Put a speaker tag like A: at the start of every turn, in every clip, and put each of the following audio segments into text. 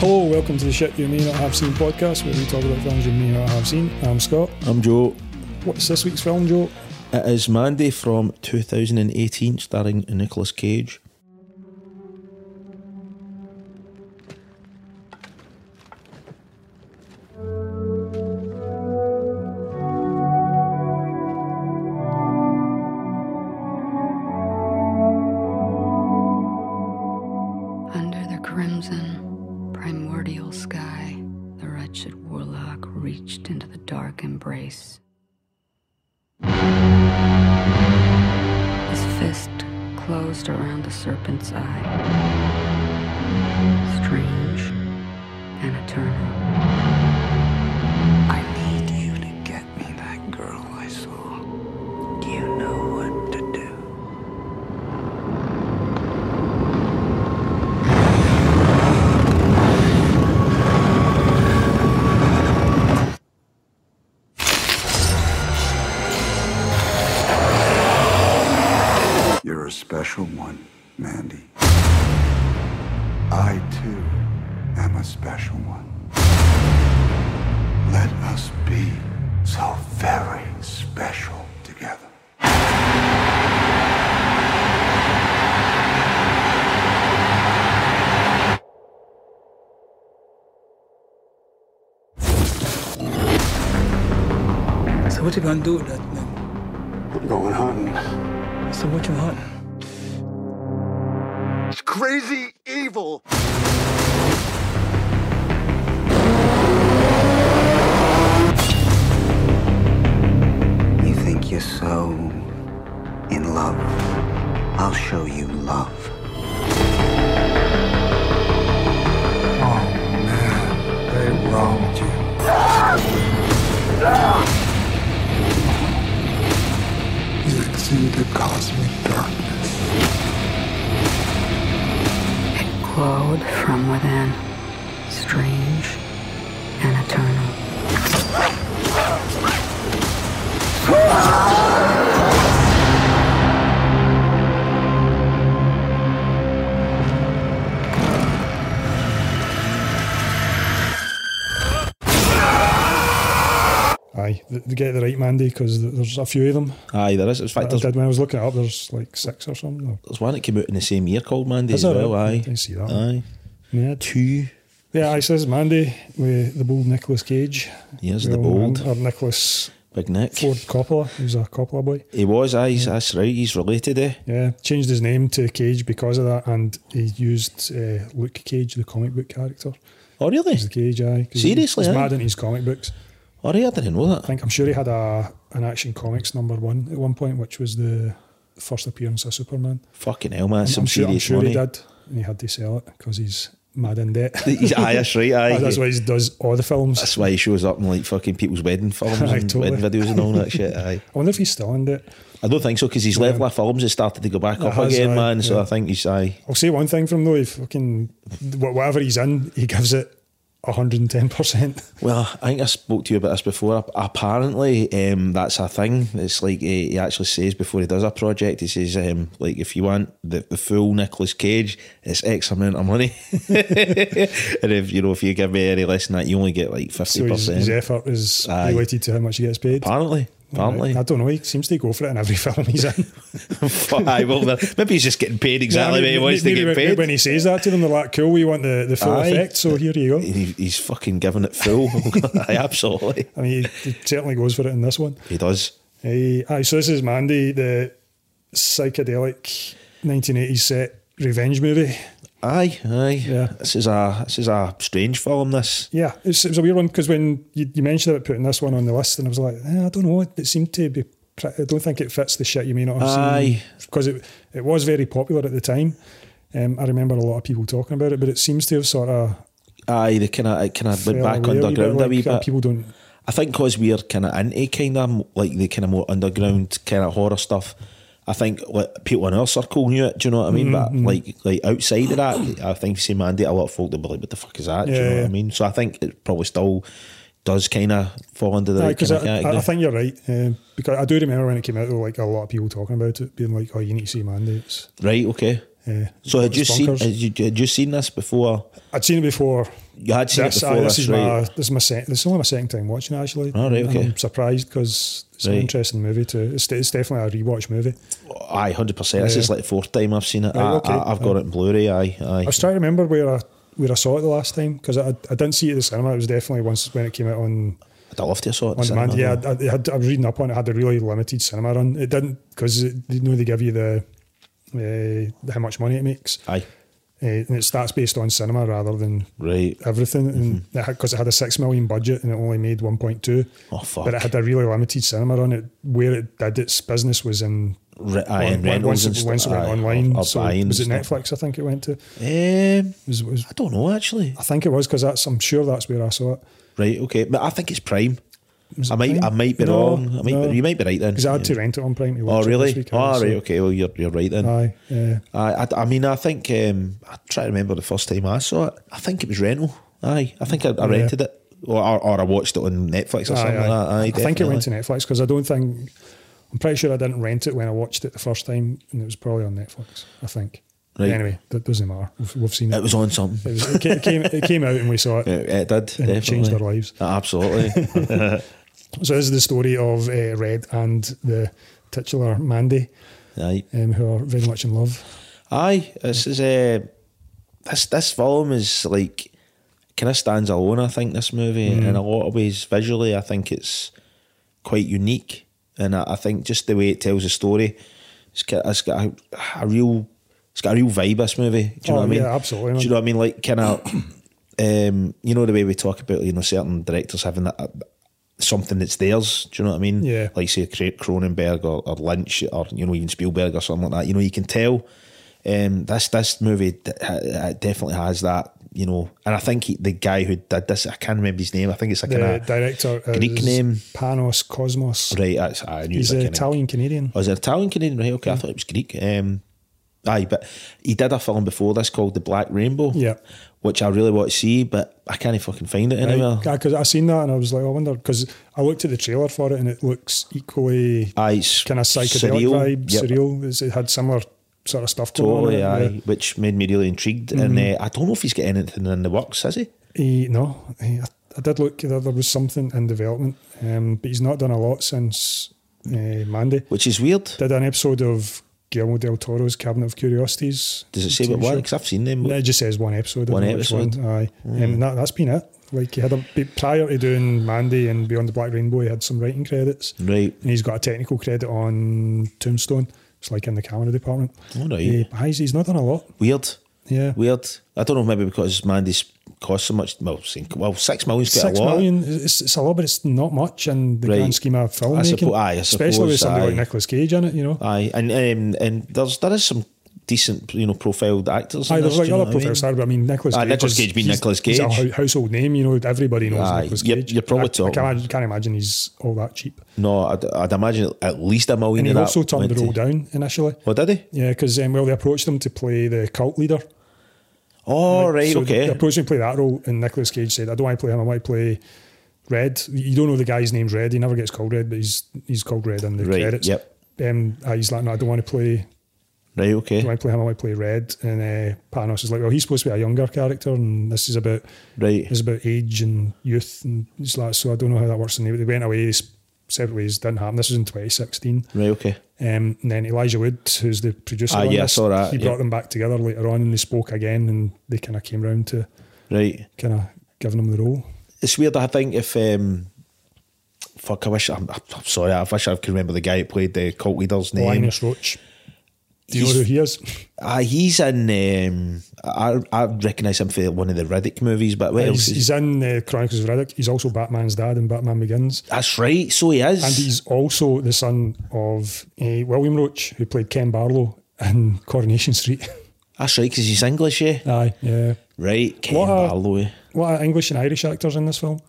A: Hello, welcome to the Shit You May Not Have Seen podcast, where we talk about films you may not have seen. I'm Scott.
B: I'm Joe.
A: What's this week's film, Joe?
B: It is Mandy from 2018, starring Nicolas Cage.
C: Under the crimson, primordial sky, the wretched warlock reached into the dark embrace. His fist closed around the serpent's eye. Strange and eternal.
D: I need you to get me that girl I saw. You know what to do. You're a special one, Mandy. I too am a special one. Let us be so very special together.
E: So what you gonna do with that man?
D: I'm going hunting.
E: So what you hunting?
D: It's crazy evil. You think you're so in love? I'll show you love. Oh man, they wronged you. You exceed the cosmic darkness.
C: It glowed from within, strange and eternal.
A: Aye, th- they get the right Mandy because there's a few of them.
B: Aye, there is. In
A: I
B: fact, there's,
A: did when I was looking it up, there's like six or something.
B: there's one that came out in the same year called Mandy
A: Is
B: as
A: there?
B: well. Aye.
A: I see that.
B: Aye.
A: Yeah,
B: Two
A: yeah I says Mandy with the bold Nicolas Cage.
B: years
A: We
B: the
A: all
B: bold.
A: remember- Or Nicholas
B: Big Nick.
A: Ford Coppola, who's a Coppola boy.
B: He was, aye, he's- that's right, he's related, eh?
A: Yeah, changed his name to Cage because of that, and he used uh, Luke Cage, the comic book character.
B: Oh, really?
A: He's the Cage, aye. 'cause he-
B: Seriously,
A: He's
B: aye?
A: mad into his comic books.
B: Oh, right, I didn't know
A: I
B: that.
A: think I'm sure he had a an Action Comics number one at one point, which was the first appearance of Superman.
B: Fucking hell, man,
A: I'm-
B: some
A: I'm sure, I'm
B: serious
A: sure
B: money.
A: he did, and he had to sell it because he's mad in debt.
B: He's- aye, that's right, aye.
A: That's
B: That's
A: why
B: why,
A: he does all the films.
B: he shows up in like fucking people's wedding films
A: Aye,
B: and
A: totally.
B: wedding videos and all that shit, aye.
A: I wonder if he's still in debt.
B: I don't think so because his level of films has started to go back up
A: has,
B: again,
A: aye,
B: man. So
A: yeah.
B: I think he's aye.
A: I'll say one thing from though. He fucking wh- whatever he's in, he gives it 110. percent
B: Well, I think I spoke to you about this before. Ap- Apparently, um, that's a thing. It's like eh, he, he actually says before he does a project, he says, um, like, if you want the, the full Nicolas Cage, it's X amount of money. and if you know, if you give me any less than that, you only get like fifty
A: So his,
B: percent.
A: his effort is
B: Aye.
A: related to how much he gets paid.
B: apparently, apparently.
A: I don't know. He seems to go for it in every film he's in.
B: Aye, well, maybe he's just getting paid exactly
A: Yeah, I mean,
B: what he wants to
A: maybe
B: get
A: when-
B: paid.
A: When he says that to them, they're like, "Cool, we want the, the full
B: Aye.
A: effect." So here you go.
B: He, he's fucking giving it full. Aye, absolutely,
A: I mean, he, he certainly goes for it in this one.
B: he does.
A: Aye, aye, so this is Mandy, the psychedelic 1980s set revenge movie.
B: Aye, aye.
A: Yeah.
B: This is a this is a strange film. This
A: Yeah, it's, it was a weird one because when you, you mentioned about putting this one on the list, and I was like, eh, I don't know, it seemed to be. pre- I don't think it fits the shit you may not have
B: Aye.
A: seen because it it was very popular at the time. Um, I remember a lot of people talking about it, but it seems to have sort of
B: aye, they kind of it kind of went back underground a wee bit.
A: uh, People don't
B: I think because we're kind of into kind of like the kind of more underground kind of horror stuff. I think like people in our circle knew it. Do you know what I mean?
A: Mm-hmm.
B: But like like outside of that, I think if you see Mandy, a lot of folk they'll be like, "What the fuck is that?" do you
A: Yeah,
B: know
A: yeah.
B: what I mean? So I think it probably still does kind of fall under the
A: Aye,
B: right
A: 'cause
B: kind of
A: I, I, I
B: category.
A: think you're right um, because I do remember when it came out, though, like a lot of people talking about it, being like, "Oh, you need to see Mandy." It's,
B: Right? Okay.
A: Uh,
B: So had you
A: it's
B: seen
A: bonkers.
B: had you, had you seen this before?
A: I'd seen it before.
B: You had seen
A: This,
B: it before.
A: aye,
B: that's
A: this is
B: right.
A: my this is my sec- this is only my second time watching it actually.
B: Oh, right,
A: And
B: okay.
A: I'm surprised because it's an
B: Right.
A: interesting movie too. It's, it's definitely a rewatch movie.
B: Aye, hundred percent. This
A: Yeah.
B: is like the fourth time I've seen it.
A: Right,
B: I,
A: okay.
B: I, I've got it in Blu-ray. Aye, aye.
A: I was trying to remember where I where I saw it the last time because I, I didn't see it at the cinema. It was definitely once when it came out on
B: I'd love to have saw it. in
A: on demand.
B: cinema,
A: Yeah,
B: though.
A: I, I, had, I was reading up on it. I had a really limited cinema run. It didn't because you know they give you the uh, how much money it makes,
B: Aye,
A: uh, and it starts based on cinema rather than
B: right.
A: everything. And
B: Mm-hmm.
A: because it had a six million budget and it only made one point two,
B: Oh fuck.
A: but it had a really limited cinema run. It where it did its business was in.
B: Re- aye,
A: on-
B: and
A: once,
B: rentals and
A: it,
B: stuff.
A: once it went
B: Aye,
A: online,
B: or- or
A: so
B: buying
A: was it
B: and stuff.
A: Netflix? I think it went to. It
B: Um,
A: was, it was,
B: I don't know actually.
A: I think it was because that's. I'm sure that's where I saw it.
B: Right, okay, but I think it's Prime.
A: Was
B: I
A: it
B: might, I
A: Prime?
B: might be
A: No,
B: wrong. I might,
A: no.
B: be, you might be right then.
A: Because I had to
B: Yeah.
A: rent it on Prime to
B: Oh
A: watch it
B: really?
A: this week,
B: oh,
A: so- Uh,
B: right, okay. Well, you're you're right then.
A: Aye, yeah.
B: I, I, I mean, I think um, I try to remember the first time I saw it. I think it was rental. Aye, I think I, I
A: Yeah.
B: rented it, or, or or I watched it on Netflix or
A: Aye,
B: something
A: aye.
B: like that. Aye,
A: I think it
B: definitely.
A: went to Netflix because I don't think I'm pretty sure I didn't rent it when I watched it the first time, and it was probably on Netflix. I think.
B: Right.
A: Anyway, that doesn't matter. We've, we've seen it.
B: It was on something.
A: It, was, it, ca- it came, it came out and we saw it.
B: It, it did.
A: And
B: Definitely.
A: it changed our lives.
B: Absolutely.
A: So this is the story of uh, Red and the titular Mandy,
B: aye.
A: um, who are very much in love.
B: Aye, this is a this this film is like kind of stands alone. I think this movie
A: Mm.
B: in a lot of ways visually, I think it's quite unique, and I, I think just the way it tells the story, it's got, it's got a, a real it's got a real vibe. This movie, do you know
A: Oh,
B: what I mean?
A: yeah, absolutely,
B: Do
A: man.
B: you know what I mean? Like kind of, um, you know the way we talk about you know certain directors having that. uh, Something that's theirs, do you know what I mean?
A: Yeah.
B: Like say Cra- Cronenberg or, or Lynch or you know even Spielberg or something like that. You know you can tell um, this this movie d- ha- it definitely has that, you know. And I think he, the guy who did this, I can't remember his name. I think it's like
A: The
B: a
A: director
B: Greek
A: is
B: name.
A: Panos Cosmos.
B: Right, that's, I knew
A: He's uh,
B: it was a Canadian.
A: Italian Canadian.
B: Oh, is it Italian Canadian? Right,
A: Hmm.
B: okay. I thought it was Greek. Um, aye, but he did a film before this called The Black Rainbow.
A: Yeah.
B: Which I really want to see, but I can't fucking find it anywhere.
A: Because I seen that and I was like, I wonder because I looked at the trailer for it and it looks equally
B: Aye, it's
A: kind of psychedelic
B: surreal.
A: vibe,
B: Yep.
A: surreal. It's, it had similar sort of stuff going
B: Totally,
A: on. in it,
B: aye, which made me really intrigued.
A: Mm-hmm.
B: And uh, I don't know if he's got anything in the works, has he?
A: yeah. He, no, he, I, I did look. There, there was something in development, um, but he's not done a lot since uh, Mandy.
B: Which is weird.
A: Did an episode of Guillermo del Toro's Cabinet of Curiosities.
B: Does it say
A: TV
B: what one?
A: show.
B: Because I've seen them.
A: No, it just says one episode. I
B: One
A: don't know which
B: episode. Hmm.
A: one. Aye, Um, and that, that's been it. Like he had a, be- prior to doing Mandy and Beyond the Black Rainbow, he had some writing credits.
B: Right.
A: and he's got a technical credit on Tombstone. It's like in the camera department.
B: All right.
A: Eh, but he's, he's not done a lot.
B: Weird.
A: Yeah.
B: Weird. I don't know. Maybe because Mandy's cost so much. Well, seen- well, six million's quite
A: Six
B: a lot.
A: million, it's, it's a lot, but it's not much in the
B: Right.
A: grand scheme of filmmaking.
B: suppo- aye, I
A: especially with
B: suppose,
A: somebody
B: aye.
A: like Nicolas Cage in it, you know.
B: Aye, and um, and there's there is some decent you know profiled actors. in
A: Aye, there's
B: this, do
A: like
B: you know
A: other
B: what I mean?
A: profile stars, but I mean Nicolas
B: Aye,
A: Cage.
B: Nicolas
A: is-
B: Cage being
A: he's-
B: Nicolas
A: he's a
B: Cage.
A: hou- household name, you know. Everybody knows
B: Aye,
A: Nicolas
B: you're-
A: Cage.
B: you're probably
A: I, I
B: talking-
A: can't, imagine- can't imagine he's all that cheap.
B: No, I'd, I'd imagine at least a
A: And
B: million.
A: he
B: of that
A: also turned
B: went
A: the role
B: to-
A: down initially.
B: Oh, did he?
A: Yeah, because um, well, they approached him to play the cult leader.
B: Oh, right,
A: so
B: okay.
A: They approached him to play that role, and Nicolas Cage said, "I don't want to play him. I want to play Red. You don't know the guy's name's Red. He never gets called Red, but he's he's called Red in the
B: Right,
A: credits."
B: yep.
A: Um, uh, he's like, "No, I don't want to play.
B: right,
A: I don't
B: okay.
A: want to play him. I want to play Red." And uh, Panos is like, "Well, he's supposed to be a younger character, and this is about
B: Right.
A: it's about age and youth." And he's like, "So I don't know how that works." And they, they went away s- separate ways. Didn't happen. This was in 2016.
B: Right, okay.
A: Um, and then Elijah Wood, who's the producer,
B: Ah,
A: on
B: yeah, I
A: this,
B: saw that,
A: he brought
B: yeah.
A: them back together later on, and they spoke again, and they kind of came round to
B: Right.
A: kind of giving him the role.
B: It's weird. I think if um, fuck, I wish I'm, I'm sorry. I wish I could remember the guy who played the cult leader's name.
A: Linus Roach. Do you know
B: He's-
A: who he is?
B: Ah, he's in. Um, I I recognise him for one of the Riddick movies, but what
A: He's,
B: else? is-
A: he's in uh, Chronicles of Riddick. He's also Batman's dad in Batman Begins.
B: That's right. So he is.
A: And he's also the son of uh, William Roach, who played Ken Barlow in Coronation Street.
B: That's right, because he's English, yeah.
A: Aye. Yeah.
B: Right, Ken
A: What a-
B: Barlow. eh?
A: What are English and Irish actors in this film?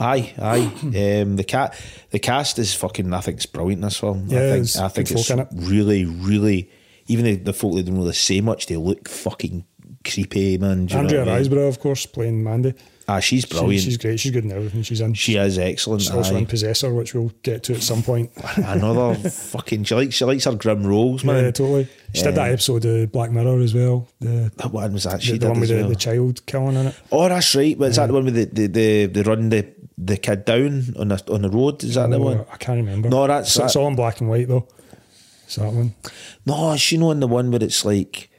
B: Aye, aye. um, the cat, the cast is fucking. I think it's brilliant. This film.
A: Yeah,
B: I think,
A: it's
B: I think
A: good
B: it's
A: folk in it.
B: really, really. Even the, the folk that don't really say much, they look fucking creepy, man. do you know
A: Andrea
B: what I mean?
A: Riseborough, of course, playing Mandy.
B: Ah, she's
A: She-
B: brilliant.
A: she's great. She's good in everything she's in.
B: she is excellent.
A: she's also
B: aye.
A: in Possessor, which we'll get to at some point.
B: Another fucking she likes she likes her grim roles, man.
A: yeah, totally. She did that episode of Black Mirror as well. The,
B: That one was that she
A: the,
B: did
A: the one with
B: as
A: the,
B: well.
A: the child killing in it.
B: Oh, that's right. But is that the one with the the the, the run the the kid down on the on the road? Is that the
A: Oh,
B: one?
A: I can't remember.
B: No, that's-
A: it's, it's all in black and white though. It's that one.
B: No, is she not in the one where it's like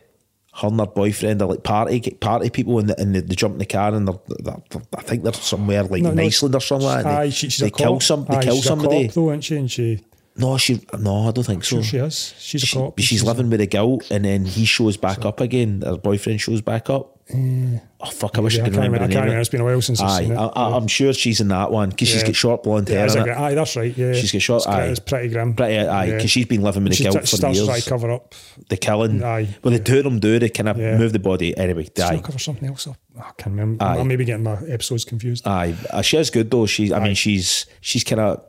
B: her and her boyfriend are like party party people and, the, and they, they jump in the car and they're, they're, they're- I think they're somewhere like
A: No,
B: in
A: no,
B: Iceland or something like that.
A: aye,
B: They,
A: she, she's
B: they
A: a
B: kill
A: cop.
B: some they
A: aye,
B: kill
A: she's
B: somebody.
A: A cop, though, isn't she? And she,
B: no, she no, I don't think so.
A: sure she is. She's
B: She-
A: a cop.
B: but she's
A: She's-
B: living with the guilt, and then he shows back up again. Her boyfriend shows back up. Oh fuck! I wish
A: Yeah,
B: I
A: I
B: could
A: can't
B: remember.
A: remember- I can't
B: the name of
A: remember.
B: it.
A: It's been a while since I've
B: Aye,
A: seen it.
B: I, I, I'm sure she's in that one because she's
A: Yeah.
B: got short blonde
A: Yeah,
B: hair.
A: it's
B: in
A: a
B: it.
A: gr- aye, that's right. Yeah,
B: She's got short.
A: It's
B: Aye,
A: pretty- it's pretty grim.
B: Pretty, aye,
A: Yeah.
B: because she's been living with the
A: she
B: guilt
A: t-
B: for
A: starts to
B: years.
A: try to cover up.
B: the killing.
A: Aye,
B: Well, the two of them do. They kind of
A: Yeah.
B: move the body anyway.
A: She
B: Aye,
A: not cover something else up. I can't remember.
B: Aye.
A: I'm maybe getting my episodes confused.
B: aye. Uh, She is good though. She's. I mean, she's. She's kind of.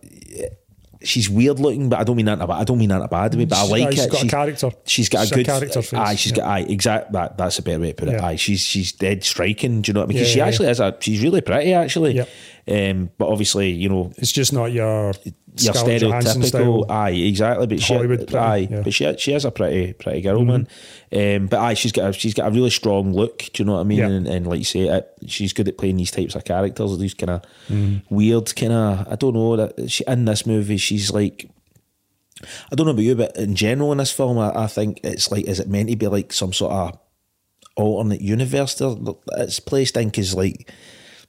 B: She's weird looking, but I don't mean that. in a ba- I don't mean that in a bad way. But I
A: She's-
B: like
A: aye, she's
B: it.
A: got a character.
B: She's got a
A: She's a
B: good
A: character face,
B: Aye, she's
A: yeah.
B: got aye. Exact. That that's a better way to put it.
A: Yeah.
B: Aye, she's she's dead striking. Do you know what I mean? 'Cause
A: Yeah,
B: she
A: yeah,
B: actually is a. She's really pretty actually.
A: Yep.
B: Um, but obviously, you know,
A: It's just not your,
B: your
A: Scarlett Johansson style.
B: stereotypical, aye, exactly. But she,
A: Hollywood pretty,
B: aye,
A: yeah. Mm-hmm.
B: but she, she is a pretty, pretty girl, man. Um, but aye, she's got, a, she's got a really strong look. Do you know what I mean?
A: Yeah.
B: And, and like you say, it, she's good at playing these types of characters, these kind of
A: Mm-hmm.
B: weird, kind of. I don't know that she in this movie, she's like. I don't know about you, but in general in this film, I, I think it's like, is it meant to be like some sort of alternate universe? There, it's placed in because like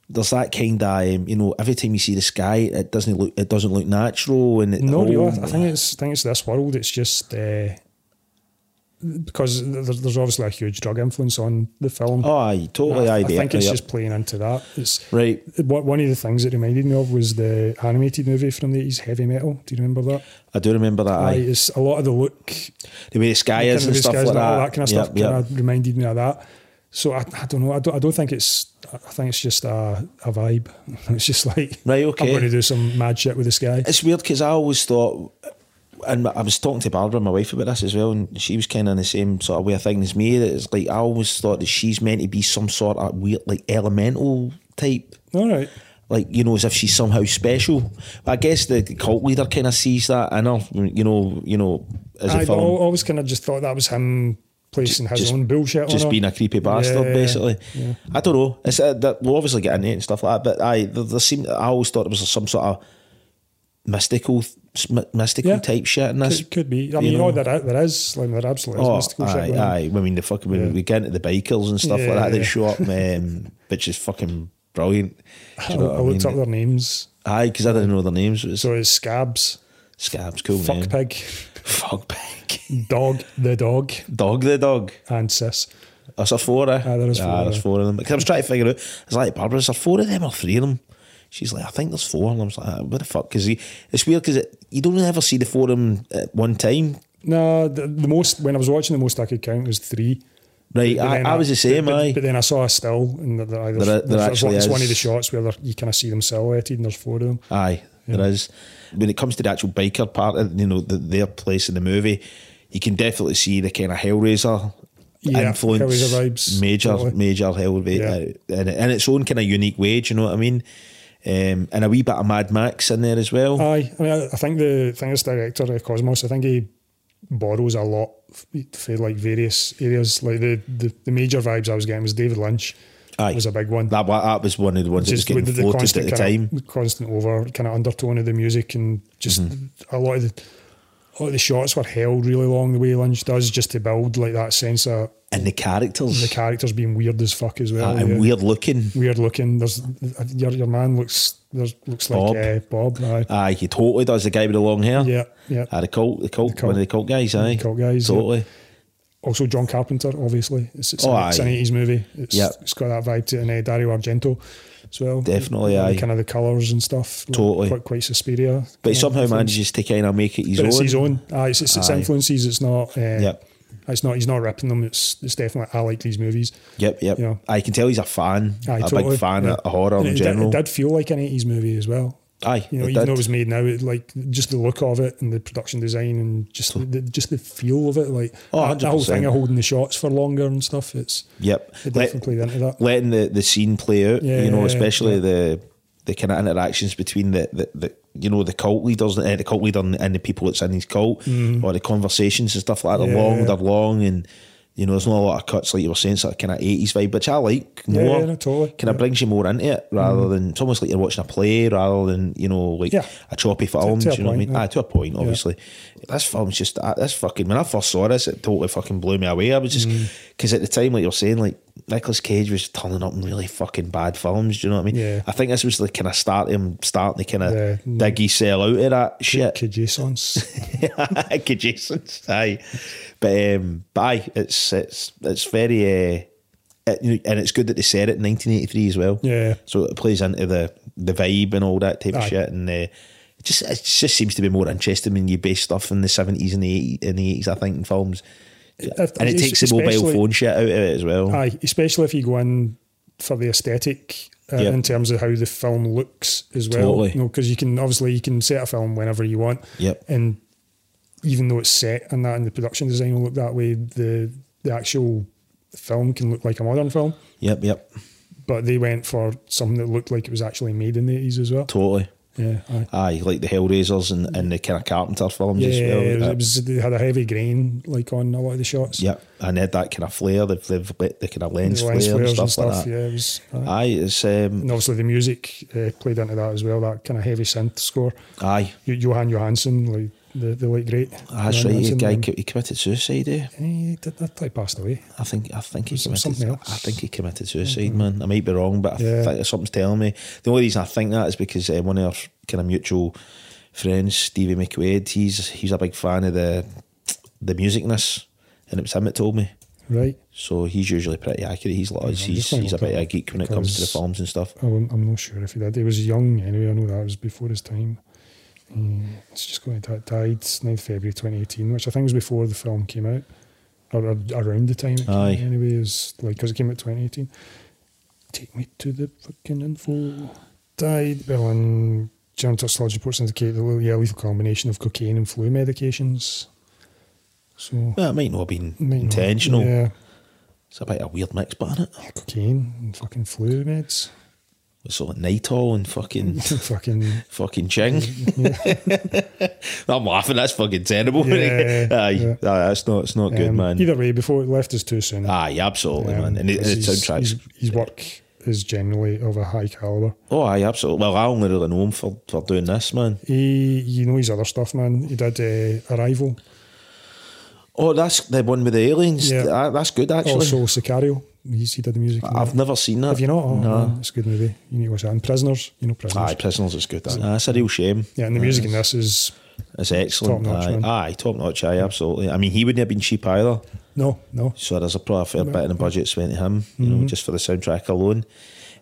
B: there's that kind of um, you know every time you see the sky, it doesn't look it doesn't look natural and it,
A: No,
B: oh,
A: really, I think it's I think it's this world. It's just uh, because th- there's, there's obviously a huge drug influence on the film.
B: oh, aye, totally
A: I, I
B: idea.
A: think it's
B: yeah.
A: just playing into that. It's
B: right.
A: What, one of the things it reminded me of was the animated movie from the 80s, Heavy Metal. Do you remember that?
B: I do remember that. Aye.
A: it's a lot of the look,
B: the way the sky
A: kind
B: is
A: of
B: and
A: the
B: stuff
A: skies
B: like that.
A: and all that kind of
B: Yep,
A: stuff.
B: yep.
A: Kind of reminded me of that. So I, I don't know. I don't, I don't think it's. I think it's just a, a vibe. It's just like
B: Right, okay.
A: I'm going to do some mad shit with the sky.
B: It's weird because I always thought, and I was talking to Barbara, my wife, about this as well, and she was kind of in the same sort of way of thinking as me. That it's like I always thought that she's meant to be some sort of weird, like elemental type.
A: All right.
B: Like you know, as if she's somehow special. I guess the cult leader kind of sees that in her, you know, you know, as
A: I
B: a film,
A: always kind of just thought that was him placing his
B: just-
A: own bullshit.
B: just
A: on her.
B: being a creepy bastard,
A: Yeah,
B: basically.
A: yeah.
B: I don't know. It's uh, that we'll obviously get into it and stuff like that. But I, there, there seemed I always thought it was some sort of mystical, sm- mystical
A: Yeah.
B: type shit in this.
A: Could, could be. I mean, you know, there, there is like there absolutely is mystical shit.
B: Oh, aye,
A: going on.
B: aye. I mean, the fucking when we get into the bikers and stuff
A: Yeah,
B: like that, they
A: yeah.
B: show up, um, which is fucking brilliant. Do
A: I,
B: you know
A: I
B: what
A: looked
B: mean?
A: up their names.
B: Aye, because I didn't know their names. It was
A: So it's Scabs,
B: Scabs, cool
A: Fuck
B: name.
A: Pig,
B: Fuck pig.
A: Dog the Dog,
B: Dog the dog.
A: and Sis.
B: That's a four, eh?
A: Aye, there is
B: Ah,
A: four,
B: there's
A: aye.
B: four of them. Because I was trying to figure out, I was like, Barbara, is there four of them or three of them? She's like, I think there's four. And I was like, ah, what the fuck? Because it's weird because you don't really ever see the four of them at one time.
A: No, the, the most when I was watching the most I could count was three.
B: Right,
A: But
B: I,
A: then
B: I was the same,
A: but,
B: aye.
A: But then I saw a still, and there, there,
B: There- there
A: there's, there's
B: actually
A: one, it's
B: is.
A: one of the shots where they're- you kind of see them silhouetted, and there's four of them.
B: Aye, there is. When it comes to the actual biker part, of, you know, the, their place in the movie, you can definitely see the kind of Hellraiser
A: Yeah,
B: influence.
A: Hellraiser vibes,
B: Major,
A: totally.
B: major uh, Hellraiser. In, in its own kind of unique way, do you know what I mean? Um, and a wee bit of Mad Max in there as well.
A: Aye, I mean, I, I think the thing is director of Cosmos. I think he borrows a lot f- for like various areas. Like the, the, the major vibes I was getting was David Lynch.
B: Aye.
A: was a big one.
B: that, wa- that was one of the ones that was
A: just
B: getting
A: with the Mm.
B: floated at
A: constant
B: the
A: kind
B: time.
A: of constant over kind of undertone of the music and just
B: Mm-hmm.
A: a lot of the a lot of the shots were held really long the way Lynch does just to build like that sense of
B: and the characters
A: the characters being weird as fuck as well.
B: uh, and
A: yeah.
B: weird looking.
A: Weird looking. There's your, your man looks there's looks
B: Bob. Ah.
A: like uh, Bob. Aye.
B: Aye, he totally does. The guy with the long hair.
A: yeah, yeah.
B: Aye, the cult, the cult,
A: cult.
B: one of the cult guys. Aye,
A: cult guys, yeah.
B: Totally.
A: Also John Carpenter, obviously. It's, it's,
B: Oh,
A: an, it's an
B: aye.
A: 80s movie. It's,
B: Yeah.
A: it's got that vibe to it. And uh, Dario Argento as well.
B: Definitely,
A: The
B: aye.
A: Kind of the colours and stuff. like,
B: Totally.
A: Quite, quite Suspiria.
B: But he
A: kind of
B: somehow
A: influence.
B: manages to kind of make it his
A: But
B: own.
A: it's his own. Aye, it's, it's, it's
B: Aye.
A: influences. It's not. Uh,
B: Yep.
A: It's not. He's not ripping them. It's it's definitely. I like these movies.
B: Yep, yep.
A: Yeah.
B: I can tell he's a fan,
A: Aye,
B: a
A: totally,
B: big fan
A: yeah.
B: of horror
A: And
B: in
A: it, did-
B: general.
A: It did feel like an eighties movie as well.
B: Aye,
A: You know,
B: it
A: even
B: did.
A: though it was made now, it, like just the look of it and the production design and just the, just the feel of it, like
B: Oh,
A: that- the whole
B: 100%.
A: thing of holding the shots for longer and stuff. It's
B: Yep.
A: it
B: Let-
A: definitely played into that.
B: letting the, the scene play out,
A: Yeah,
B: you know,
A: yeah,
B: especially
A: yeah.
B: the the kind of interactions between the, the, the you know the cult leaders, uh, the cult leader and, and the people that's in his cult, or the conversations and stuff like that. They're
A: Mm-hmm. Yeah,
B: long,
A: yeah.
B: they're long, and you know, there's not a lot of cuts like you were saying, sort of kind of eighties vibe, which I like
A: Yeah,
B: more.
A: yeah, no, totally.
B: Kind of
A: Yeah. Mm-hmm.
B: brings you more into it rather than it's almost like you're watching a play rather than you know like
A: Yeah.
B: a choppy film.
A: to
B: do
A: a
B: you know what I
A: point,
B: mean?
A: yeah.
B: Aye, to a point, obviously. This film's just uh, this fucking. When I first saw this, it totally fucking blew me away. I was just
A: Mm.
B: because at the time, like you're saying, like Nicolas Cage was turning up in really fucking bad films. Do you know what I mean?
A: Yeah.
B: I think this was like kind of start him starting to kind of
A: Yeah.
B: dig his cell out of that shit.
A: Kajasons.
B: Kid Jason's aye, but um, but aye, it's it's it's very. Uh, it, and it's good that they said it in 1983 as well.
A: Yeah.
B: So it plays into the the vibe and all that type of
A: Aye.
B: shit, and uh, it just it just seems to be more interesting when you base stuff in the 70s and the 80s, and the 80s I think, in films. And it takes the mobile
A: Especially-
B: phone shit out of it as well.
A: Aye, especially if you go in for the aesthetic uh,
B: Yep.
A: in terms of how the film looks as well.
B: Totally.
A: You know, because you can obviously you can set a film whenever you want.
B: Yep.
A: And even though it's set and that, and the production design will look that way, the the actual film can look like a modern film.
B: Yep, yep,
A: But they went for something that looked like it was actually made in the eighties as well.
B: totally.
A: Yeah, aye.
B: Aye, like the Hellraisers and, and the kind of Carpenter films
A: Yeah,
B: as well.
A: it was,
B: Uh,
A: it was, they had a heavy grain like on a lot of the shots.
B: Yep, and they had that kind of flair, the, the, the kind of
A: The
B: lens,
A: lens
B: flare
A: flares
B: and stuff,
A: and stuff.
B: like that.
A: yeah, it was. aye.
B: Aye, it's um,
A: And obviously the music uh, played into that as well. That kind of heavy synth score.
B: aye.
A: Jo- Johan Johansson, like the, the late great.
B: Ah, That's
A: Johan
B: right. He,
A: Johansson,
B: guy,
A: um,
B: co- he committed suicide. Eh?
A: He did that. He passed away.
B: I think I think he
A: Was it
B: committed.
A: something else? Mm-hmm.
B: I think he committed suicide, man. I might be wrong, but I
A: Yeah.
B: think something's telling me. The only reason I think that is because uh, one of our kind of mutual friends, Stevie McQuaid, he's he's a big fan of the the musicness, and it was him that told me.
A: Right.
B: So he's usually pretty accurate. He's like, us.
A: I'm
B: he's
A: just gonna
B: he's a
A: look
B: bit
A: that
B: of a
A: up
B: geek when it comes to the
A: because-
B: films and stuff.
A: Oh, I'm, I'm not sure if he did. He was young anyway. I know that was before his time. Mm, It's just going to died 9th February 2018, which I think was before the film came out, or, or around the time it came out
B: Aye.
A: anyway, is like because it came out 2018. Take me to the fucking info. Died well, and German toxicology reports indicate the yeah, lethal combination of cocaine and flu medications. So
B: Well, it might not have been
A: might not-
B: intentional.
A: yeah,
B: It's a bit of a weird mix, but isn't it?
A: cocaine and fucking flu meds.
B: It's all Nitol and fucking
A: fucking
B: fucking ching. I'm laughing. That's fucking terrible.
A: Yeah,
B: aye,
A: yeah.
B: aye, that's not. It's not good,
A: um,
B: man.
A: Either way, before it left is too soon.
B: Aye, absolutely,
A: Um,
B: man. And it,
A: because
B: the
A: his- His,
B: soundtracks.
A: his work is generally of a high caliber.
B: Oh, aye, absolutely. Well, I only really know him for, for doing this, man.
A: He, you know, his other stuff, man. He did uh, Arrival,
B: Oh, that's the one with the aliens.
A: Yeah. Oh,
B: That- that's good, actually.
A: also Sicario. He's, he did the music. in
B: I've
A: that.
B: never seen that.
A: Have you not? Oh,
B: no.
A: man, it's a good movie. You need to watch that. And Prisoners, you know, Prisoners.
B: Aye, prisoners is good. That. Nah, that's a real shame.
A: Yeah, and the music in this is
B: It's excellent.
A: Top-notch,
B: aye,
A: man.
B: aye, top notch. Aye, absolutely. I mean, he wouldn't have been cheap either.
A: no, no.
B: So there's a probably a fair bit of the budget's went to him, you
A: Mm-hmm.
B: know, just for the soundtrack alone.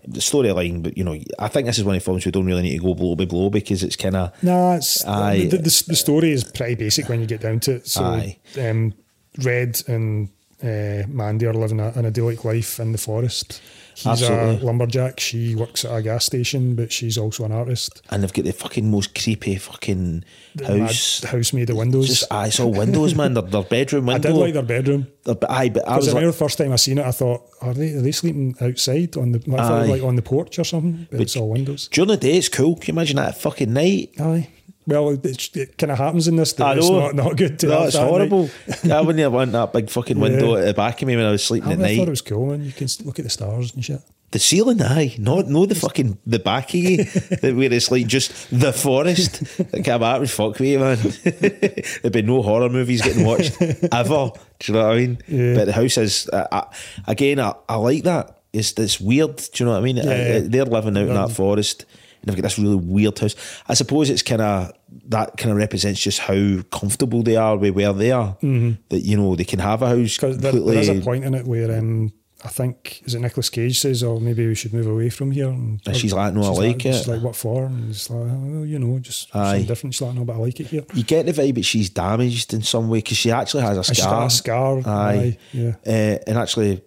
B: The storyline, but you know, I think this is one of the films we don't really need to go blow by blow because it's kind of
A: Nah, it's
B: Aye.
A: The, the, the story is pretty basic when you get down to it. So,
B: Aye.
A: um, Red and uh, Mandy are living a, an idyllic life in the forest. He's
B: Absolutely.
A: a lumberjack. She works at a gas station, but she's also an artist.
B: and they've got the fucking most creepy fucking house.
A: Mad house made of windows.
B: Just aye, it's all windows, man. Their, their bedroom window.
A: I did like their bedroom.
B: Their, but aye, but I
A: Because
B: was
A: I
B: like,
A: remember the first time I seen it, I thought, are they are they sleeping outside on the I thought it was
B: Aye.
A: like on the porch or something? But it's all windows.
B: during the day it's cool. Can you imagine that at fucking night?
A: Aye. Well, it, it kind of happens in this. That
B: I
A: it's
B: know.
A: not, not good. To
B: no,
A: have
B: it's
A: that night.
B: horrible. I wouldn't have wanted that big fucking window at the back of me when I was sleeping
A: I,
B: at
A: I
B: night.
A: thought it was cool, man. You can s- look at the stars and shit.
B: The ceiling, aye, not no the fucking the back of you, the- where it's like just the forest. Like I'm out with fuck me, man. There'd be no horror movies getting watched ever. Do you know what I mean?
A: Yeah.
B: But the house is I, I, again. I, I like that. It's it's weird. Do you know what I mean? I- I-
A: yeah.
B: they're living out in that forest, and they've got this really weird house. I suppose it's kind of that kind of represents just how comfortable they are with where they are. That you know they can have a house
A: Mm-hmm. Because there,
B: completely.
A: there is a point in it where um, I think is it Nicolas Cage says, "Oh, maybe we should move away from here." And,
B: And she's like, "No, I like it."
A: She's like, "What for?" And he's like, oh, "Well, you know, just
B: Aye.
A: something different." She's like, "No, but I like it here."
B: you get the vibe that she's damaged in some way because she actually has a
A: she's
B: scar.
A: got a scar,
B: Aye.
A: aye, yeah.
B: Uh, and actually,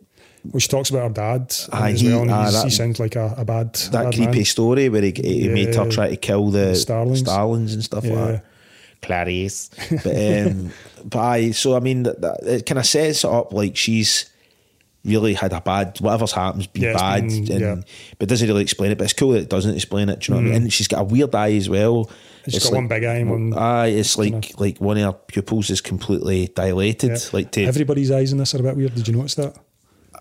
A: Well, she talks about her dad
B: Aye,
A: as
B: he-
A: well, and
B: aye,
A: he's- he
B: that-
A: sounds like a, a bad a
B: that
A: bad
B: creepy
A: man.
B: story where he, he made her
A: Yeah.
B: try to kill the
A: Starlings.
B: starlings, and stuff
A: Yeah.
B: like that. Clarice. But, um, but I, so I mean, that, that, it kind of sets it up like she's really had a bad, whatever's happened's been
A: Yeah, it's
B: bad,
A: been-
B: and,
A: yeah.
B: but doesn't really explain it. But it's cool that it doesn't explain it. Do you know what I mean? And she's got a weird eye as well.
A: She's
B: It's
A: got one big eye and one-
B: Aye, it's like like one of her pupils is completely dilated.
A: Yeah.
B: Like to,
A: Everybody's eyes in this are a bit weird. Did you notice that?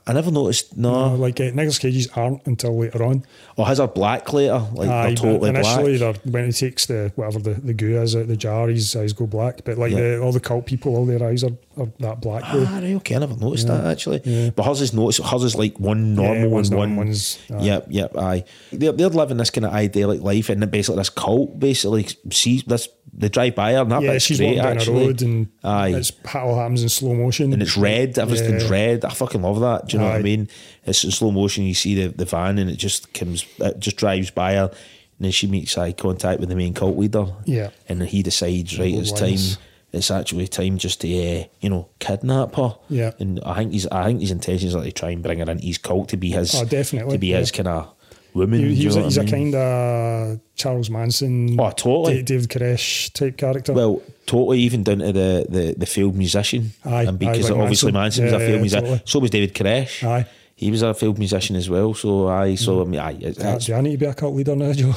B: I never noticed. No,
A: Uh, like uh, Nicolas Cage's aren't until later on.
B: or has her black later? Like
A: Aye,
B: they're totally
A: but
B: black.
A: initially, they're- when he takes the whatever the, the goo is out the jar, his eyes go black. But like
B: Yeah.
A: the, all the cult people, all their eyes are, are that black. though.
B: Ah, right, okay, I never noticed that actually.
A: yeah.
B: But hers is notice hers is like one normal
A: Yeah, one's
B: and
A: normal,
B: one.
A: one's- aye.
B: yep, yep, aye. They're, they're living this kind of idyllic life, and then basically this cult basically sees this. They drive by her, and that
A: yeah,
B: bit's
A: she's
B: great
A: walking down
B: actually.
A: a road and
B: aye,
A: it's it all happens in slow motion.
B: and it's red. Everything's
A: Yeah.
B: red. I fucking love that. Do you know what
A: Aye.
B: I mean? It's in slow motion. You see the, the van, and it just comes, it just drives by her, and then she makes eye contact with the main cult leader.
A: Yeah.
B: and he decides, right, it's
A: Lines.
B: time. It's actually time just to uh, you know kidnap her.
A: Yeah.
B: and I think he's I think his intentions are to try and bring her into his cult to be his
A: Oh, definitely,
B: to be his
A: yeah.
B: kind of woman.
A: He,
B: do
A: he
B: you
A: was,
B: know what
A: he's
B: I
A: a
B: mean?
A: kind of Charles Manson,
B: Oh, totally.
A: Da- David Koresh type character.
B: Well, totally, even down to the the, the failed musician.
A: Aye,
B: and because
A: aye, like
B: obviously
A: Manson.
B: Manson was
A: Yeah,
B: a failed
A: yeah,
B: musician.
A: totally.
B: So was David Koresh.
A: Aye.
B: He was a failed musician as well. So aye, so I mean, aye, it's,
A: Ah,
B: it's,
A: do I need to be a cult leader now, Joe?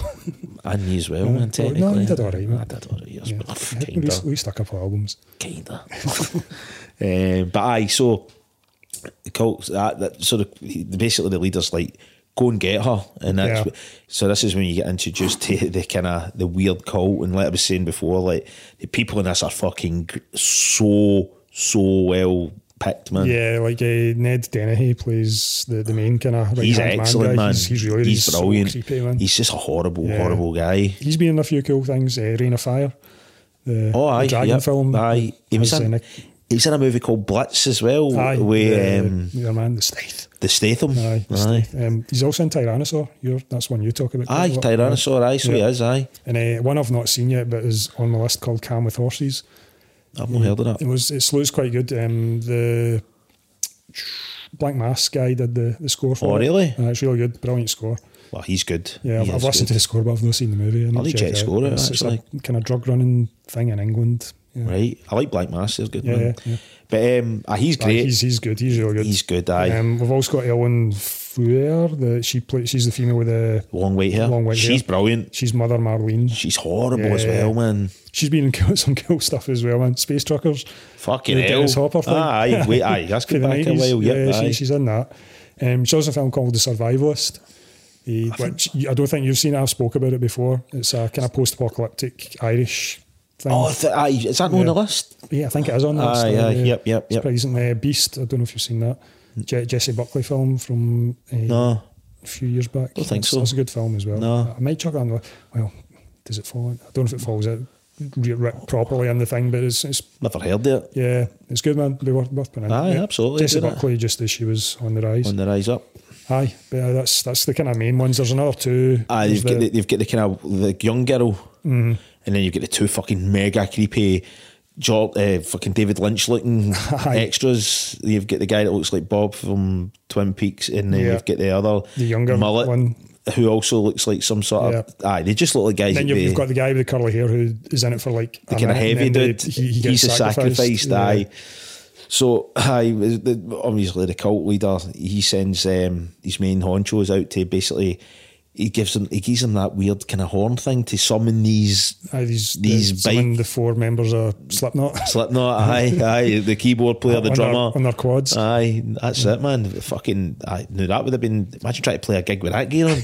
B: and he as well,
A: Yeah.
B: man.
A: Mm. Well, no,
B: Technically,
A: he did all right, man.
B: I did all right. Yes,
A: Yeah.
B: but
A: we,
B: kinda,
A: we stuck up albums.
B: kinda. um, but aye, so the cult that, that sort of basically the leader's like go and get her, and that's
A: Yeah.
B: what- so. This is when you get introduced to the kind of the weird cult, and like I was saying before, like the people in this are fucking gr- so so well picked, man.
A: Yeah, like uh, Ned Dennehy plays the, the main kind of right
B: He's
A: hand
B: excellent,
A: man, guy.
B: man.
A: He's, he's really
B: He's
A: so
B: brilliant.
A: creepy, man.
B: He's just a horrible,
A: Yeah.
B: horrible guy.
A: he's been in a few cool things. Uh, Rain of Fire, the,
B: Oh,
A: the
B: aye,
A: Dragon
B: yep,
A: film.
B: Aye, he was
A: Has, uh,
B: in.
A: Nick-
B: He was in a movie called Blitz as well,
A: aye,
B: with
A: the-
B: um,
A: the øh, man, the Staith.
B: the Statham.
A: Aye, the
B: aye,
A: Staith. Um, he's also in Tyrannosaur. You're, that's one you talk about. quite
B: aye,
A: a lot.
B: Tyrannosaur. Aye, so he
A: Yeah.
B: is. Aye,
A: And uh, one I've not seen yet, but is on the list called Cam with Horses.
B: I've not heard of
A: It
B: that.
A: was it looks quite good. Um, the Black Mask guy did the, the score for
B: Oh,
A: it.
B: really?
A: Uh, it's really good, brilliant score.
B: Well, he's good.
A: Yeah, I've,
B: He
A: I've
B: is
A: listened to
B: good.
A: the score, but I've not seen the movie. I need
B: I'll need to check the
A: it out.
B: score out,
A: It's, it's a
B: actually.
A: kind of drug running thing in England. Yeah.
B: Right, I like Black Mass. He's good.
A: Yeah,
B: man.
A: yeah, yeah.
B: But um, aye, he's
A: Aye,
B: great.
A: he's,
B: he's,
A: he's good. He's really good.
B: good. Aye,
A: Um, we've also got Ellen Fuer. The, she plays. She's the female with the.
B: long white hair.
A: long white hair.
B: She's brilliant.
A: She's mother Marlene.
B: She's horrible as
A: Yeah.
B: well, man.
A: She's been in cool- some cool stuff as well, man. Space Truckers.
B: Fucking
A: the
B: hell.
A: Dennis Hopper thing.
B: Aye, wait, aye, that's
A: For
B: good
A: the
B: back a
A: 90s.
B: while. Yep,
A: yeah,
B: aye.
A: she, she's in that. Um, she was in a film called The Survivalist, the, which you- I don't think you've seen. it. I've spoke about it before. It's a kind of post-apocalyptic Irish thing.
B: oh, th- aye, is that not on
A: Yeah.
B: the list?
A: yeah, I think it is on that.
B: Aye, aye, yep, yep, yep.
A: Surprisingly, Uh, Beast. I don't know if you've seen that. Je- Jesse Buckley film from uh,
B: No.
A: a few years back.
B: Don't think
A: It's-
B: so.
A: It's a good film as well.
B: No.
A: I might chuck it on. the- Well, does it fall? in- I don't know if it falls out re- re- properly on the thing, but it's, it's
B: Never heard of it.
A: yeah, it's good, man. They were worth putting in.
B: Aye,
A: Yeah.
B: absolutely,
A: Jesse
B: isn't it?
A: Buckley, just as she was on the rise.
B: On the rise up.
A: Aye, but uh, that's that's the kind of main ones. There's another two.
B: Aye,
A: There's
B: you've got Ah, the, you've got the kind of the young girl,
A: Mm-hmm.
B: and then you've got the two fucking mega creepy, jo- uh, fucking David Lynch looking
A: Aye.
B: extras. You've got the guy that looks like Bob from Twin Peaks, and then
A: Yeah.
B: you've got the other
A: The younger
B: mullet
A: one.
B: who also looks like some sort of aye. They just look like guys.
A: then
B: that
A: you've,
B: they,
A: you've got the guy with the curly hair who is in it for like
B: the
A: a
B: kind of
A: minute and
B: heavy
A: then
B: dude.
A: they- he, he gets
B: he's a sacrificed,
A: yeah.
B: aye. So, aye, was the- obviously the cult leader, he sends um, his main honchos out to basically, he gives them, he gives them that weird kind of horn thing to summon these
A: Aye, these
B: These
A: these the,
B: bike-
A: the four members are Slipknot.
B: Slipknot, aye, aye, the keyboard player, the
A: On their-
B: drummer,
A: on their quads. Mm.
B: aye, that's it, man. Fucking, I knew that would have been. Imagine trying to play a gig with that gear on.